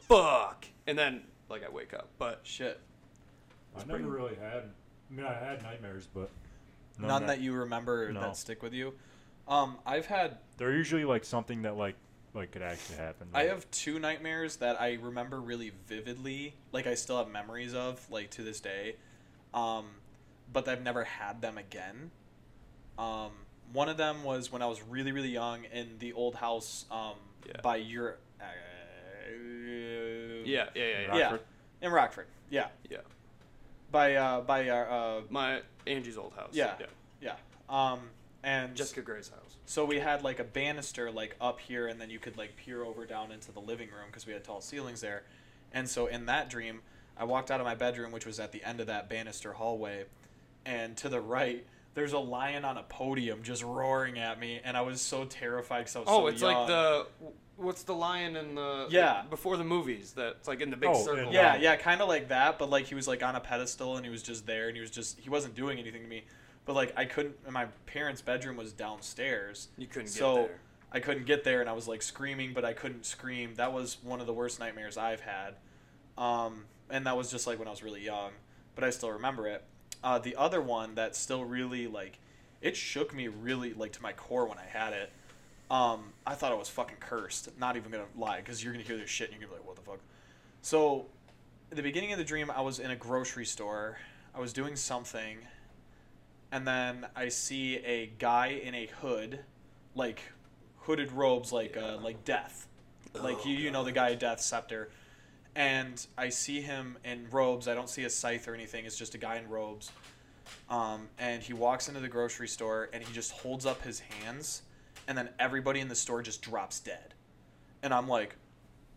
Speaker 4: fuck. And then like I wake up, but
Speaker 2: Shit.
Speaker 3: I never really had. I mean, I had nightmares, but none
Speaker 2: None that you remember
Speaker 3: No.
Speaker 2: that stick with you. Um, I've had
Speaker 3: They're usually like something that like like could actually happen.
Speaker 2: I
Speaker 3: like-
Speaker 2: have two nightmares that I remember really vividly, like I still have memories of, like to this day. Um, but I've never had them again. Um, one of them was when I was really, really young in the old house um,
Speaker 4: Yeah.
Speaker 2: by your. Uh,
Speaker 4: yeah, yeah, yeah, yeah.
Speaker 2: Yeah.
Speaker 3: Rockford?
Speaker 2: In Rockford. Yeah.
Speaker 4: yeah.
Speaker 2: By uh, by our. Uh,
Speaker 4: My Angie's old house.
Speaker 2: yeah.
Speaker 4: yeah.
Speaker 2: Yeah. Um, and
Speaker 4: Jessica Gray's house.
Speaker 2: So we had like a banister like up here, and then you could like peer over down into the living room because we had tall ceilings there. And so in that dream, I walked out of my bedroom, which was at the end of that banister hallway, and to the right, there's a lion on a podium just roaring at me, and I was so terrified because I was
Speaker 4: Oh,
Speaker 2: so
Speaker 4: it's
Speaker 2: young.
Speaker 4: like the what's the lion in the
Speaker 2: Yeah.
Speaker 4: before the movies that's like in the big
Speaker 3: Oh,
Speaker 4: circle.
Speaker 3: and-
Speaker 2: Yeah, yeah, kind of like that, but like he was like on a pedestal and he was just there and he was just he wasn't doing anything to me. But like I couldn't and my parents' bedroom was downstairs.
Speaker 4: You couldn't get
Speaker 2: so
Speaker 4: there.
Speaker 2: I couldn't get there and I was like screaming, but I couldn't scream. That was one of the worst nightmares I've had. Um and that was just like when I was really young, but I still remember it. Uh the other one that still really like it shook me really like to my core when I had it. Um, I thought I was fucking cursed. Not even gonna lie, because you're gonna hear this shit and you're gonna be like, "What the fuck?" So, at the beginning of the dream, I was in a grocery store. I was doing something, and then I see a guy in a hood, like hooded robes, like uh, like death, like you you know the guy Death Scepter, and I see him in robes. I don't see a scythe or anything. It's just a guy in robes, um, and he walks into the grocery store and he just holds up his hands, and then everybody in the store just drops dead, and I'm like,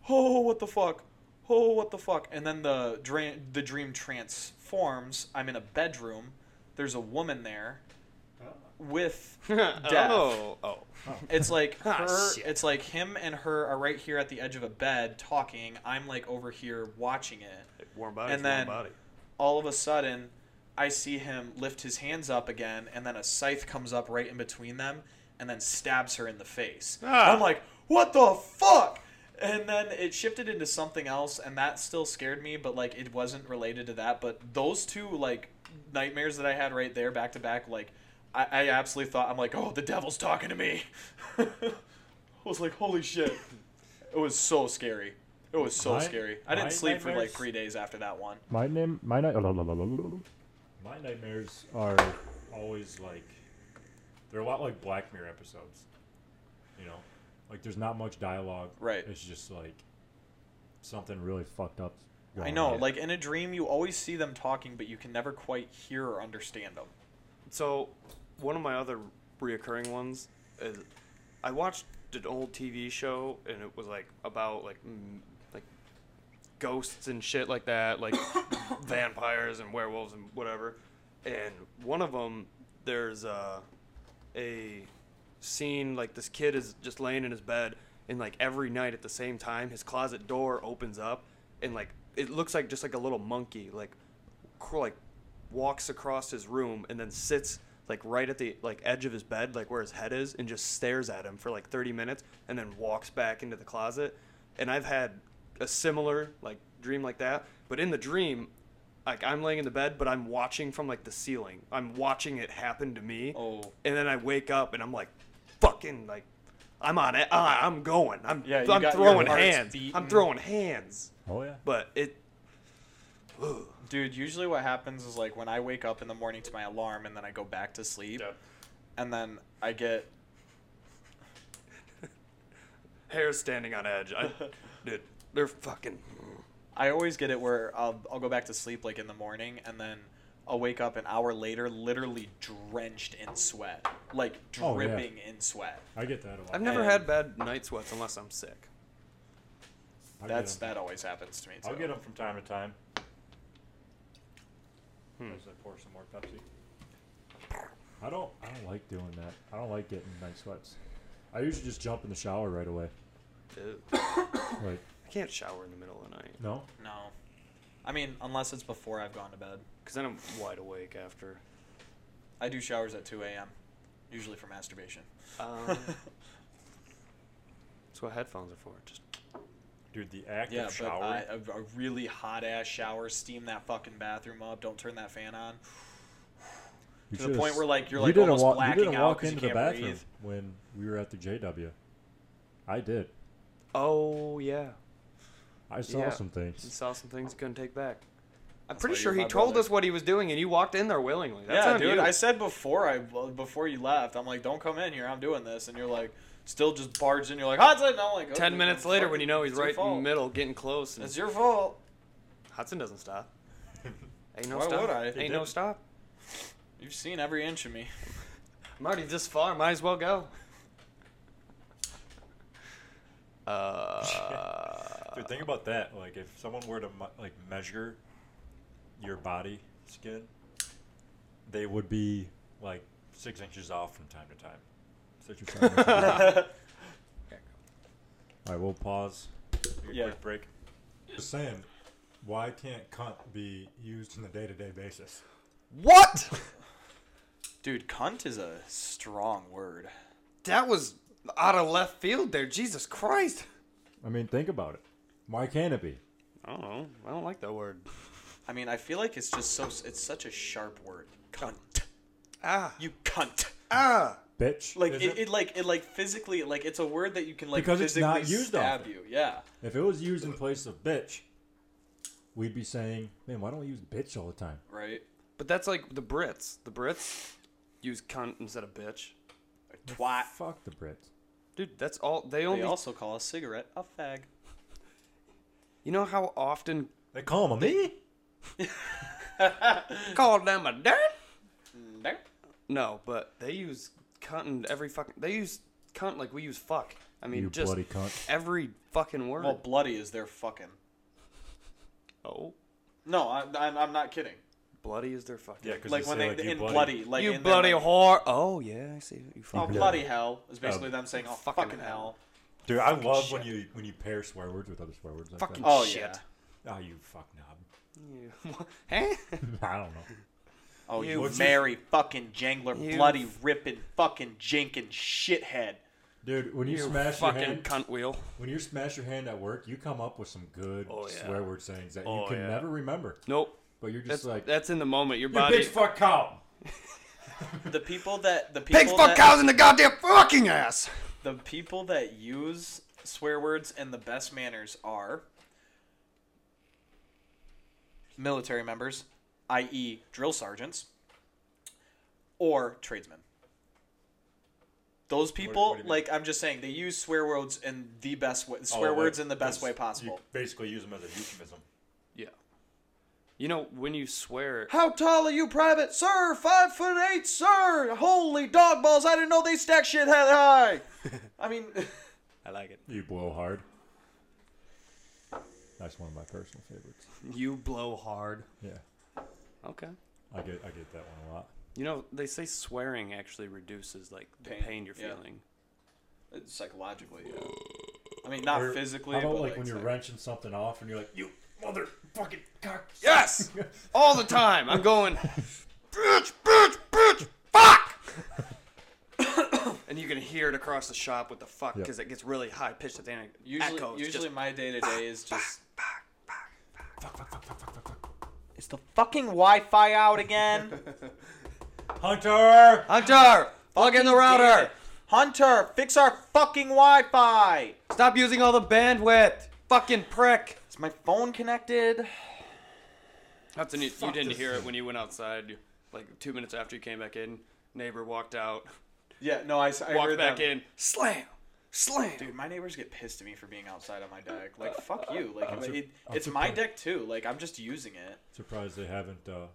Speaker 2: oh what the fuck oh what the fuck and then the dream the dream transforms i'm in a bedroom there's a woman there with death
Speaker 4: oh, oh.
Speaker 2: it's like
Speaker 4: Ah,
Speaker 2: her
Speaker 4: shit.
Speaker 2: it's like him and her are right here at the edge of a bed talking i'm like over here watching it
Speaker 4: Warm body.
Speaker 2: And then-
Speaker 4: warm body.
Speaker 2: all of a sudden I see him lift his hands up again and then a scythe comes up right in between them and then stabs her in the face.
Speaker 4: Ah.
Speaker 2: I'm like, "What the fuck?" And then it shifted into something else and that still scared me, but like it wasn't related to that, but those two like nightmares that I had right there back to back like I, I absolutely thought I'm like, "Oh, the devil's talking to me." I was like, "Holy shit." It was so scary. It was so
Speaker 3: My-
Speaker 2: scary. I
Speaker 3: my
Speaker 2: didn't sleep for like
Speaker 3: nightmares-
Speaker 2: 3 days after that one.
Speaker 3: My name, my night, my nightmares are always like they're a lot like Black Mirror episodes. You know, like there's not much dialogue.
Speaker 2: Right.
Speaker 3: It's just like something really fucked up.
Speaker 2: I
Speaker 3: going
Speaker 2: know,
Speaker 3: on.
Speaker 2: like in a dream, you always see them talking, but you can never quite hear or understand them.
Speaker 4: So, one of my other reoccurring ones is I watched an old TV show and it was like about like mm, like ghosts and shit like that, like vampires and werewolves and whatever. And one of them, there's uh, a a scene like this kid is just laying in his bed and like every night at the same time his closet door opens up and like it looks like just like a little monkey like cr- like walks across his room and then sits like right at the like edge of his bed like where his head is and just stares at him for like 30 minutes and then walks back into the closet and i've had a similar like dream like that but in the dream like I'm laying in the bed, but I'm watching from like the ceiling. I'm watching it happen to me.
Speaker 2: Oh.
Speaker 4: And then I wake up and I'm like, fucking like, I'm on it. Uh, I'm going. I'm
Speaker 2: Yeah, you
Speaker 4: I'm
Speaker 2: got your
Speaker 4: throwing
Speaker 2: heart's
Speaker 4: hands. I'm
Speaker 2: beating.
Speaker 4: throwing hands.
Speaker 3: Oh yeah.
Speaker 4: But it.
Speaker 2: Dude, usually what happens is like when I wake up in the morning to my alarm and then I go back to sleep and then I get
Speaker 4: hair standing on edge. I, dude, they're fucking.
Speaker 2: I always get it where I'll I'll go back to sleep like in the morning and then I'll wake up an hour later literally drenched in sweat. Like
Speaker 3: Oh, yeah.
Speaker 2: dripping in sweat.
Speaker 3: I get that a lot.
Speaker 4: I've never
Speaker 2: And-
Speaker 4: had bad night sweats unless I'm sick.
Speaker 3: I'll get
Speaker 2: That's
Speaker 3: them.
Speaker 2: that always happens to me too.
Speaker 3: I'll get them from time to time. As I pour some more Pepsi. I don't. I don't like doing that. I don't like getting night sweats. I usually just jump in the shower right away.
Speaker 4: Dude,
Speaker 3: Like
Speaker 4: I can't shower in the middle of the night
Speaker 3: no.
Speaker 2: No. I mean, unless it's before I've gone to bed.
Speaker 4: because then I'm wide awake after.
Speaker 2: I do showers at 2 a.m., usually for masturbation.
Speaker 4: Um, that's what headphones are for. Just
Speaker 3: Dude, the act
Speaker 2: Yeah,
Speaker 3: of
Speaker 2: but
Speaker 3: shower.
Speaker 2: I, a, a really hot ass shower, steam that fucking bathroom up, don't turn that fan on. to the
Speaker 3: you should've
Speaker 2: point where,
Speaker 3: s-
Speaker 2: like, you're,
Speaker 3: you
Speaker 2: like,
Speaker 3: didn't
Speaker 2: almost
Speaker 3: wa-
Speaker 2: blacking
Speaker 3: you didn't
Speaker 2: out
Speaker 3: walk
Speaker 2: 'cause you
Speaker 3: into the
Speaker 2: can't
Speaker 3: bathroom
Speaker 2: breathe.
Speaker 3: when we were at the JW. I did.
Speaker 4: oh yeah,
Speaker 3: I saw
Speaker 4: Yeah.
Speaker 3: some
Speaker 4: he
Speaker 3: things.
Speaker 4: saw some things he couldn't take back. I'm
Speaker 2: That's
Speaker 4: pretty
Speaker 2: why you're
Speaker 4: sure he
Speaker 2: my
Speaker 4: told
Speaker 2: brother.
Speaker 4: us what he was doing, and you walked in there willingly. That's
Speaker 2: yeah,
Speaker 4: on
Speaker 2: dude.
Speaker 4: you.
Speaker 2: I said before I before you left, I'm like, don't come in here. I'm doing this, and you're like, still just barged in. You're like, hot And I'm like, okay,
Speaker 4: Ten minutes
Speaker 2: fuck
Speaker 4: later,
Speaker 2: it.
Speaker 4: when you know he's
Speaker 2: It's your
Speaker 4: right in
Speaker 2: fault.
Speaker 4: the middle, getting close, and
Speaker 2: It's your fault.
Speaker 4: Hudson doesn't stop. Ain't no
Speaker 2: Why
Speaker 4: stop.
Speaker 2: would I? He
Speaker 4: Ain't no
Speaker 2: didn't.
Speaker 4: stop.
Speaker 2: You've seen every inch of me.
Speaker 4: I'm already this far. Might as well go. Uh,
Speaker 3: Dude, think about that. Like, if someone were to mu- like measure your body skin, they would be like six inches off from time to time. Six or seven. inches off. All right, we'll pause. Take a
Speaker 2: Yeah.
Speaker 3: Quick break. Just saying, why can't cunt be used on a day-to-day basis?
Speaker 4: what?
Speaker 2: Dude, cunt is a strong word.
Speaker 4: That was out of left field there. Jesus Christ.
Speaker 3: I mean, think about it. Why can't it be?
Speaker 4: I don't know. I don't like that word.
Speaker 2: I mean, I feel like it's just so it's such a sharp word. Cunt.
Speaker 4: Ah.
Speaker 2: You cunt.
Speaker 4: Ah.
Speaker 3: Bitch.
Speaker 2: Like
Speaker 3: is
Speaker 2: it, it, like it like physically like it's a word that you can like
Speaker 3: Because it's
Speaker 2: physically
Speaker 3: not used
Speaker 2: stab
Speaker 3: often.
Speaker 2: you. Yeah.
Speaker 3: If it was used in place of bitch, we'd be saying, man, why don't we use bitch all the time?
Speaker 2: Right.
Speaker 4: But that's like the Brits. The Brits use cunt instead of bitch.
Speaker 2: Twat.
Speaker 3: Fuck the Brits.
Speaker 4: Dude, that's all. They
Speaker 2: They
Speaker 4: only.
Speaker 2: also call a cigarette a fag.
Speaker 4: you know how often
Speaker 3: They call him a me?
Speaker 4: call them a dirt?
Speaker 2: There.
Speaker 4: No, but they use cunt in every fucking. They use cunt like we use fuck. I mean,
Speaker 3: You
Speaker 4: just
Speaker 3: bloody cunt.
Speaker 4: every fucking word.
Speaker 2: Well, bloody is their fucking.
Speaker 4: oh,
Speaker 2: No, I'm, I'm, I'm not kidding.
Speaker 4: bloody is their fucking.
Speaker 3: Yeah, because
Speaker 2: Like when they
Speaker 3: you
Speaker 2: in bloody, like
Speaker 4: you
Speaker 2: in their,
Speaker 4: bloody
Speaker 2: like,
Speaker 4: whore. Oh yeah, I see. You
Speaker 2: Oh,
Speaker 4: fucking.
Speaker 2: bloody hell is basically
Speaker 3: Oh.
Speaker 2: them saying, "Oh,
Speaker 4: Fucking
Speaker 2: fucking,
Speaker 4: hell.
Speaker 2: hell."
Speaker 3: Dude, I love
Speaker 4: shit.
Speaker 3: when you when you pair swear words with other swear words like
Speaker 4: Fucking
Speaker 3: that.
Speaker 2: Oh
Speaker 4: shit.
Speaker 2: yeah.
Speaker 3: Oh, you fuck knob.
Speaker 4: You, hey?
Speaker 3: I don't know.
Speaker 2: Oh, you,
Speaker 3: What's
Speaker 2: merry fucking jangler,
Speaker 4: You
Speaker 2: bloody ripping, fucking jinking shithead.
Speaker 3: Dude, when you,
Speaker 4: you
Speaker 3: smash your
Speaker 4: fucking
Speaker 3: hand,
Speaker 4: cunt wheel.
Speaker 3: when you smash your hand at work, you come up with some good
Speaker 4: Oh, yeah.
Speaker 3: swear word sayings that
Speaker 4: Oh,
Speaker 3: you can
Speaker 4: yeah.
Speaker 3: never remember.
Speaker 4: Nope.
Speaker 3: But you're
Speaker 4: That's
Speaker 3: just like,
Speaker 4: that's in the moment. Your
Speaker 3: you
Speaker 4: body.
Speaker 3: bitch fuck cow.
Speaker 2: The people that the
Speaker 4: Big
Speaker 2: people
Speaker 4: fuck
Speaker 2: that,
Speaker 4: cows in the goddamn fucking ass.
Speaker 2: the people that use swear words and the best manners are military members, i.e., drill sergeants, or tradesmen. Those people,
Speaker 3: what do you mean?
Speaker 2: like I'm just saying, they use swear words in the best way, swear
Speaker 3: Oh, like,
Speaker 2: words in the best
Speaker 3: it's-
Speaker 2: way possible.
Speaker 3: You basically use them as a euphemism.
Speaker 4: Yeah. You know when you swear.
Speaker 2: How tall are you, Private? Sir, five foot eight, sir. Holy dog balls! I didn't know they stack shit that high. I mean,
Speaker 4: I like it.
Speaker 3: You blow hard. That's one of my personal favorites.
Speaker 4: You blow hard.
Speaker 3: Yeah,
Speaker 4: Okay.
Speaker 3: I get I get that one a lot.
Speaker 4: You know they say swearing actually reduces like the pain,
Speaker 2: Pain,
Speaker 4: you're
Speaker 2: yeah.
Speaker 4: feeling.
Speaker 2: psychologically. Yeah. I mean, not
Speaker 3: Or
Speaker 2: physically.
Speaker 3: How about
Speaker 2: but
Speaker 3: like when you're
Speaker 2: psych-
Speaker 3: wrenching something off and you're like, you motherfucking cock.
Speaker 4: Yes! All the time. I'm going, bitch, bitch, bitch, fuck! and you can hear it across the shop with the fuck
Speaker 3: Yep.
Speaker 4: because it gets really high pitched at the end. It
Speaker 2: Usually,
Speaker 4: echoes.
Speaker 2: usually
Speaker 4: just,
Speaker 2: my day to day is just. Is the fucking Wi-Fi out again?
Speaker 3: Hunter!
Speaker 4: Hunter, plug in the router.
Speaker 2: Hunter, fix our fucking Wi-Fi.
Speaker 4: Stop using all the bandwidth. Fucking prick.
Speaker 2: Is my phone connected?
Speaker 4: That's an, you didn't hear it when you went outside. you- Like two minutes after you came back in, neighbor walked out,
Speaker 2: Yeah, no, I, s- I
Speaker 4: walked
Speaker 2: heard
Speaker 4: back
Speaker 2: them.
Speaker 4: in, slam, slam.
Speaker 2: Dude, my neighbors get pissed at me for being outside on my deck. Like, fuck you. Like,
Speaker 3: That's a-
Speaker 2: it,
Speaker 3: that's
Speaker 2: it's
Speaker 3: a
Speaker 2: my
Speaker 3: pro-
Speaker 2: deck too. Like, I'm just using it.
Speaker 3: Surprised they haven't uh,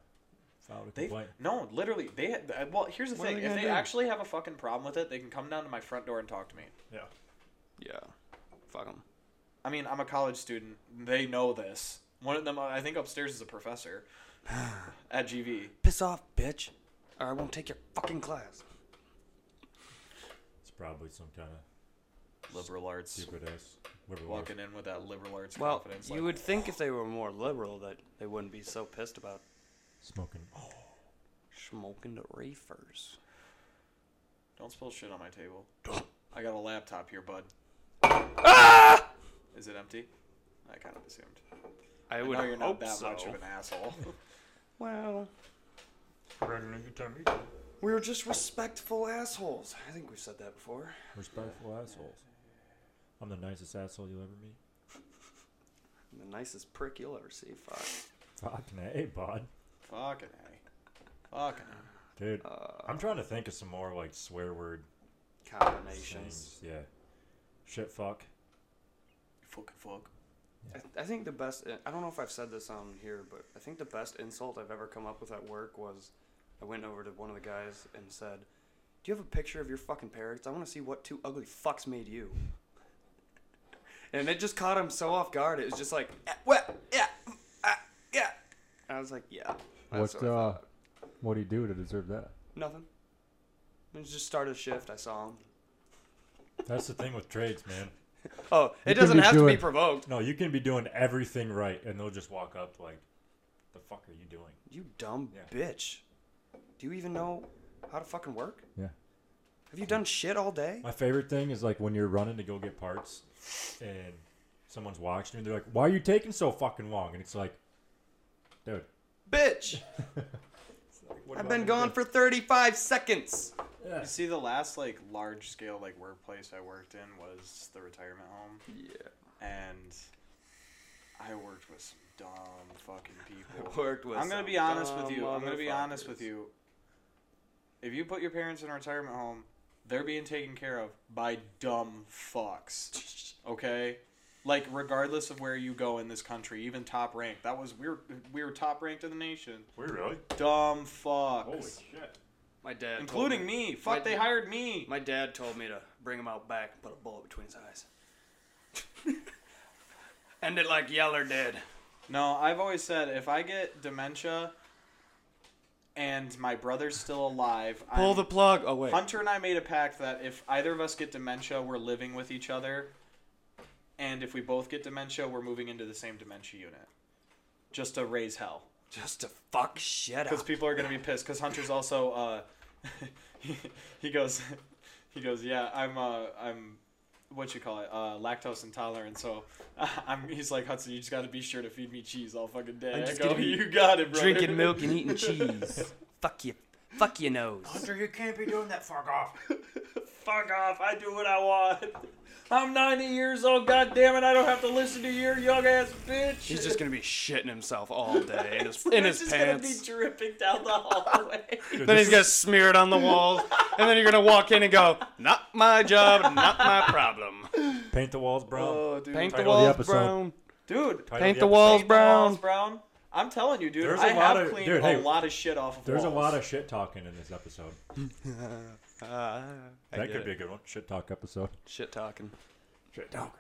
Speaker 3: filed a
Speaker 2: They
Speaker 3: complaint.
Speaker 2: no, literally, they. uh, Well, here's the
Speaker 4: What are
Speaker 2: thing:
Speaker 4: they
Speaker 2: if
Speaker 4: gonna
Speaker 2: they
Speaker 4: do?
Speaker 2: actually have a fucking problem with it, they can come down to my front door and talk to me.
Speaker 3: Yeah.
Speaker 4: Yeah, fuck him.
Speaker 2: I mean, I'm a college student. They know this. One of them, uh, I think, upstairs is a professor at GV.
Speaker 4: Piss off, bitch, or I won't take your fucking class.
Speaker 3: It's probably some kind of
Speaker 2: Liberal arts.
Speaker 3: stupid ass. liberal
Speaker 2: Walking in with that liberal arts
Speaker 4: Well,
Speaker 2: confidence.
Speaker 4: you would think if they were more liberal that they wouldn't be so pissed about
Speaker 3: Smoking.
Speaker 4: smoking the reefers.
Speaker 2: Don't spill shit on my table. I got a laptop here, bud.
Speaker 4: Ah!
Speaker 2: Is it empty? I kind of assumed.
Speaker 4: I
Speaker 2: I
Speaker 4: would
Speaker 2: know you're not
Speaker 4: hope
Speaker 2: that
Speaker 4: so.
Speaker 2: much of an asshole.
Speaker 4: Well, we were just respectful assholes. I think we've said that before.
Speaker 3: Respectful assholes. I'm the nicest asshole you'll ever meet.
Speaker 4: I'm the nicest prick you'll ever see. Fuck.
Speaker 3: Fucking hey, bud.
Speaker 2: Fucking A. Fucking A.
Speaker 3: Dude, I'm trying to think of some more like swear word
Speaker 4: Combinations.
Speaker 3: things. Yeah. Shit, fuck.
Speaker 2: Fucking fuck.
Speaker 4: I, I think the best. uh, I don't know if I've said this on here, but I think the best insult I've ever come up with at work was I went over to one of the guys and said, "Do you have a picture of your fucking parents? I want to see what two ugly fucks made you." And it just caught him so off guard. It was just like, "Eh, well, yeah, ah, yeah. And I was like, yeah. That's what I
Speaker 3: uh,
Speaker 4: thought.
Speaker 3: what do you do to deserve that?
Speaker 4: Nothing. It was just start of shift. I saw him.
Speaker 3: That's the thing with trades, man.
Speaker 4: Oh, it
Speaker 3: You can
Speaker 4: doesn't
Speaker 3: be
Speaker 4: have to be
Speaker 3: doing-
Speaker 4: provoked.
Speaker 3: No, you can be doing everything right, and they'll just walk up like, "The fuck are you doing?"
Speaker 4: You dumb
Speaker 3: Yeah.
Speaker 4: bitch. Do you even know how to fucking work?
Speaker 3: Yeah.
Speaker 4: Have you done shit all day?
Speaker 3: My favorite thing is like when you're running to go get parts, and someone's watching you, and they're like, "Why are you taking so fucking long?" And it's like, dude,
Speaker 4: Bitch, I've been gone for 35 seconds.
Speaker 3: Yeah.
Speaker 2: You see, the last like large scale like workplace I worked in was the retirement home,
Speaker 4: Yeah.
Speaker 2: and I worked with some dumb fucking people.
Speaker 4: Worked with
Speaker 2: I'm gonna
Speaker 4: some
Speaker 2: be honest with
Speaker 4: dumb
Speaker 2: you. I'm gonna be honest
Speaker 4: motherfuckers.
Speaker 2: with you. If you put your parents in a retirement home, they're being taken care of by dumb fucks. Okay? Like regardless of where you go in this country, even top ranked. That was we were we were top ranked in the nation.
Speaker 3: We're really
Speaker 2: Dumb fucks.
Speaker 3: shit.
Speaker 4: My dad. told
Speaker 2: Including me.
Speaker 4: My-
Speaker 2: Fuck they hired me.
Speaker 4: My dad told me to bring him out back and put a bullet between his eyes. End it like Yeller did.
Speaker 2: No, I've always said if I get dementia and my brother's still alive,
Speaker 4: Pull
Speaker 2: I'm
Speaker 4: the plug. Oh, wait.
Speaker 2: Hunter and I made a pact that if either of us get dementia, we're living with each other. And if we both get dementia, we're moving into the same dementia unit. Just to raise hell.
Speaker 4: Just to fuck shit
Speaker 2: Because
Speaker 4: out.
Speaker 2: people are going to be pissed. Because Hunter's also, uh, he, he goes, he goes, yeah, I'm, uh, I'm, what you call it, uh, lactose intolerant. So I'm, he's like, Hudson, you just got to be sure to feed me cheese all fucking day.
Speaker 4: I'm
Speaker 2: I
Speaker 4: just
Speaker 2: go,
Speaker 4: gonna be
Speaker 2: you got it, bro.
Speaker 4: Drinking milk and eating cheese. fuck you. Fuck your nose.
Speaker 3: Hunter, you can't be doing that. Fuck off.
Speaker 2: Fuck off. I do what I want. I'm 90 years old. God damn it. I don't have to listen to your young ass bitch.
Speaker 4: He's just gonna be shitting himself all day in his, in his
Speaker 2: just gonna
Speaker 4: pants.
Speaker 2: be dripping down the hallway.
Speaker 4: Then he's gonna smear it on the walls, and then you're gonna walk in and go, "Not my job, not my problem."
Speaker 3: Paint the walls brown.
Speaker 2: dude.
Speaker 4: Paint the
Speaker 3: Title of the
Speaker 4: walls
Speaker 3: episode.
Speaker 4: brown.
Speaker 2: dude.
Speaker 3: Title of
Speaker 4: Paint the
Speaker 3: episode.
Speaker 4: walls
Speaker 2: Paint the walls
Speaker 4: brown.
Speaker 2: brown. I'm telling you, dude.
Speaker 3: There's a
Speaker 2: I
Speaker 3: lot
Speaker 2: have
Speaker 3: of-
Speaker 2: cleaned
Speaker 3: dude,
Speaker 2: a
Speaker 3: hey,
Speaker 2: lot of shit off of
Speaker 3: There's a
Speaker 2: walls.
Speaker 3: lot of shit talking in this episode.
Speaker 4: Uh, I
Speaker 3: that
Speaker 4: get
Speaker 3: could
Speaker 4: it.
Speaker 3: be a good one. Shit talk episode.
Speaker 4: shit talking.
Speaker 3: Shit talk.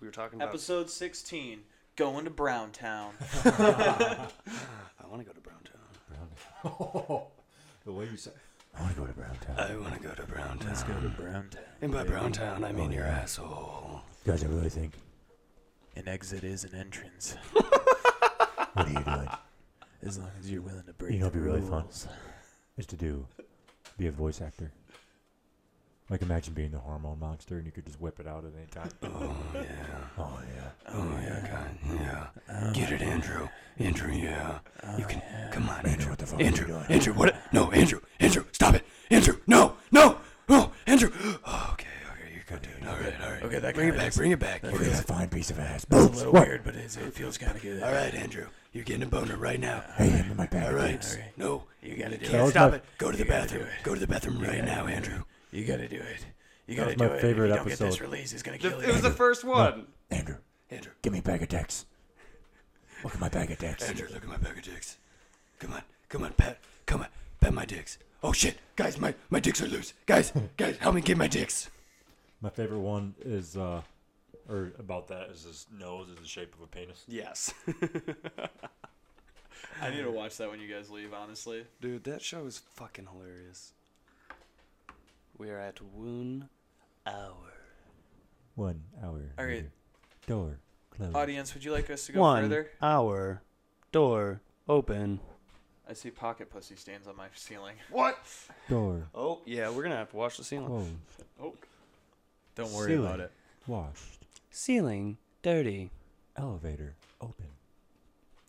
Speaker 4: We were talking about.
Speaker 2: Episode 16. Going to Brown Town.
Speaker 4: I want to go to Browntown.
Speaker 3: the way you say. I want to go to Brown Town.
Speaker 4: I want to go to Browntown.
Speaker 2: Go to Brown Town.
Speaker 4: And by Browntown, I mean your asshole.
Speaker 3: You guys, I really think.
Speaker 2: An exit is an entrance,
Speaker 3: What are you doing?
Speaker 2: as long as you're willing to break.
Speaker 3: You know what'd be
Speaker 2: the
Speaker 3: really fun?
Speaker 2: rules.
Speaker 3: Is to do, be a voice actor. Like imagine being the hormone monster and you could just whip it out at any time. oh yeah. Oh yeah.
Speaker 6: Oh, yeah, God. Yeah. Get it, Andrew. Andrew, yeah. Uh, you can.
Speaker 2: Oh,
Speaker 6: Come on, Andrew.
Speaker 3: the fuck are you
Speaker 6: Andrew.
Speaker 3: doing?
Speaker 6: Andrew, what? No, Andrew. Andrew, stop it. Andrew, no, no, no, Andrew. Oh, okay, okay, you're good, dude. All right, all right.
Speaker 2: Okay, that
Speaker 6: bring it
Speaker 2: kinda
Speaker 6: back.
Speaker 2: is-
Speaker 6: Bring it back.
Speaker 2: that
Speaker 6: You
Speaker 2: feels
Speaker 6: got
Speaker 2: It's
Speaker 6: it.
Speaker 2: a
Speaker 3: fine piece of ass.
Speaker 2: It's a little weird, but it's, it feels kind of good.
Speaker 6: All right, Andrew. You're getting a boner right now.
Speaker 3: Hey, in my back.
Speaker 6: All right.
Speaker 2: okay.
Speaker 6: No,
Speaker 2: You gotta do
Speaker 6: can't
Speaker 3: was
Speaker 2: it.
Speaker 6: stop
Speaker 3: my-
Speaker 6: it. Go to the
Speaker 2: You gotta
Speaker 6: bathroom.
Speaker 2: do it.
Speaker 6: Go to the bathroom right now, Andrew.
Speaker 2: You gotta do it. You
Speaker 3: That
Speaker 2: gotta
Speaker 3: was
Speaker 2: do
Speaker 3: my
Speaker 2: it. If
Speaker 3: favorite
Speaker 2: you don't get this
Speaker 3: episode.
Speaker 2: release, it's gonna
Speaker 4: The-
Speaker 2: kill
Speaker 4: it was
Speaker 2: you.
Speaker 4: the first one.
Speaker 3: Andrew,
Speaker 6: Andrew.
Speaker 3: give me a bag of dicks. Look at my bag of dicks.
Speaker 6: Andrew, look at my bag of dicks. Come on, come on, Pat. Come on, pat my dicks. Oh shit, guys, my, my dicks are loose. Guys, guys, help me get my dicks.
Speaker 3: My favorite one is uh or about that is his nose is the shape of a penis.
Speaker 4: Yes.
Speaker 2: I need to watch that when you guys leave. Honestly,
Speaker 4: Dude, that show is fucking hilarious. We are at one hour.
Speaker 3: One hour.
Speaker 2: All right.
Speaker 3: later. Door closed.
Speaker 2: audience, would you like us to go
Speaker 4: one
Speaker 2: further?
Speaker 4: hour. Door open.
Speaker 2: I see pocket pussy stains on my ceiling.
Speaker 3: Door
Speaker 4: Oh, yeah, we're going to have to wash the ceiling.
Speaker 3: closed.
Speaker 2: Don't
Speaker 3: worry Ceiling. about it. Washed.
Speaker 4: Ceiling dirty.
Speaker 3: Elevator open.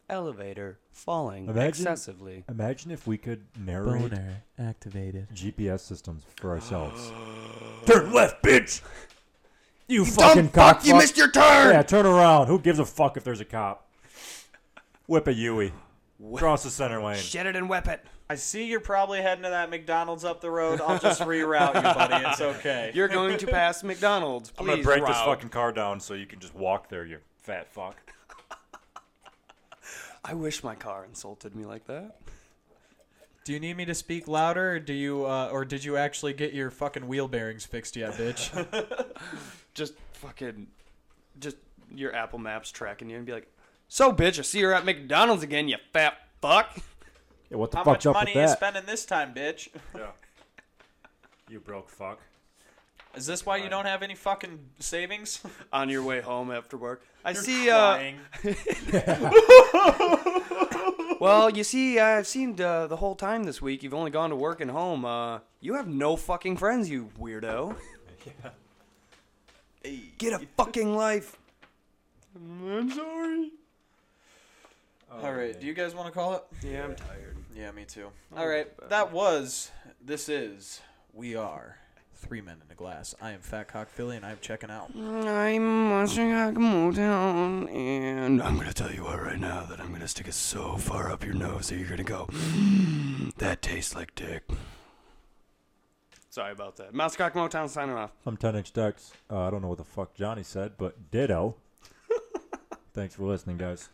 Speaker 4: Elevator falling
Speaker 3: Imagine-
Speaker 4: excessively.
Speaker 3: Imagine if we could narrate
Speaker 2: activated.
Speaker 3: GPS systems for ourselves.
Speaker 6: Turn left, bitch.
Speaker 3: you
Speaker 6: Dumb fuck, you missed your turn.
Speaker 3: Yeah, turn around. Who gives a fuck if there's a cop? Whip a Yui. Cross the center lane.
Speaker 4: Get it and whip it.
Speaker 2: I see you're probably heading to that McDonald's up the road. I'll just reroute you, buddy. It's okay.
Speaker 4: You're going to pass McDonald's. Please,
Speaker 3: I'm gonna break this
Speaker 4: route.
Speaker 3: fucking car down so you can just walk there, you fat fuck.
Speaker 4: I wish my car insulted me like that.
Speaker 2: Do you need me to speak louder? Or do you uh, or did you actually get your fucking wheel bearings fixed yet, bitch?
Speaker 4: Just fucking, just your Apple Maps tracking you and be like, "So, bitch, I see you're at McDonald's again, you fat fuck."
Speaker 3: Yeah, what the
Speaker 2: How much
Speaker 3: fuck's up
Speaker 2: money
Speaker 3: with
Speaker 2: you
Speaker 3: that?
Speaker 2: spending this time, bitch?
Speaker 3: You broke fuck.
Speaker 2: Is this why you don't have any fucking savings?
Speaker 4: On your way home after work, I see.
Speaker 2: Crying.
Speaker 4: Uh, well, you see, I've seen uh, the whole time this week. You've only gone to work and home. Uh, you have no fucking friends, you weirdo. Get a fucking life. I'm sorry.
Speaker 2: All right. Do you guys want to call it?
Speaker 4: Yeah, I'm tired.
Speaker 2: Yeah, me too. All right. That was. This is. We are. Three men in a glass. I am Fat Cock Philly, and I'm checking out.
Speaker 4: I'm watching Motown and
Speaker 6: I'm gonna tell you what right now that I'm gonna stick it so far up your nose that you're gonna go. "Mm, That tastes like dick.
Speaker 4: Sorry about that. Mousecock Motown signing off.
Speaker 3: I'm 10inch Dex. Uh, I don't know what the fuck Johnny said, but ditto. Thanks for listening, guys.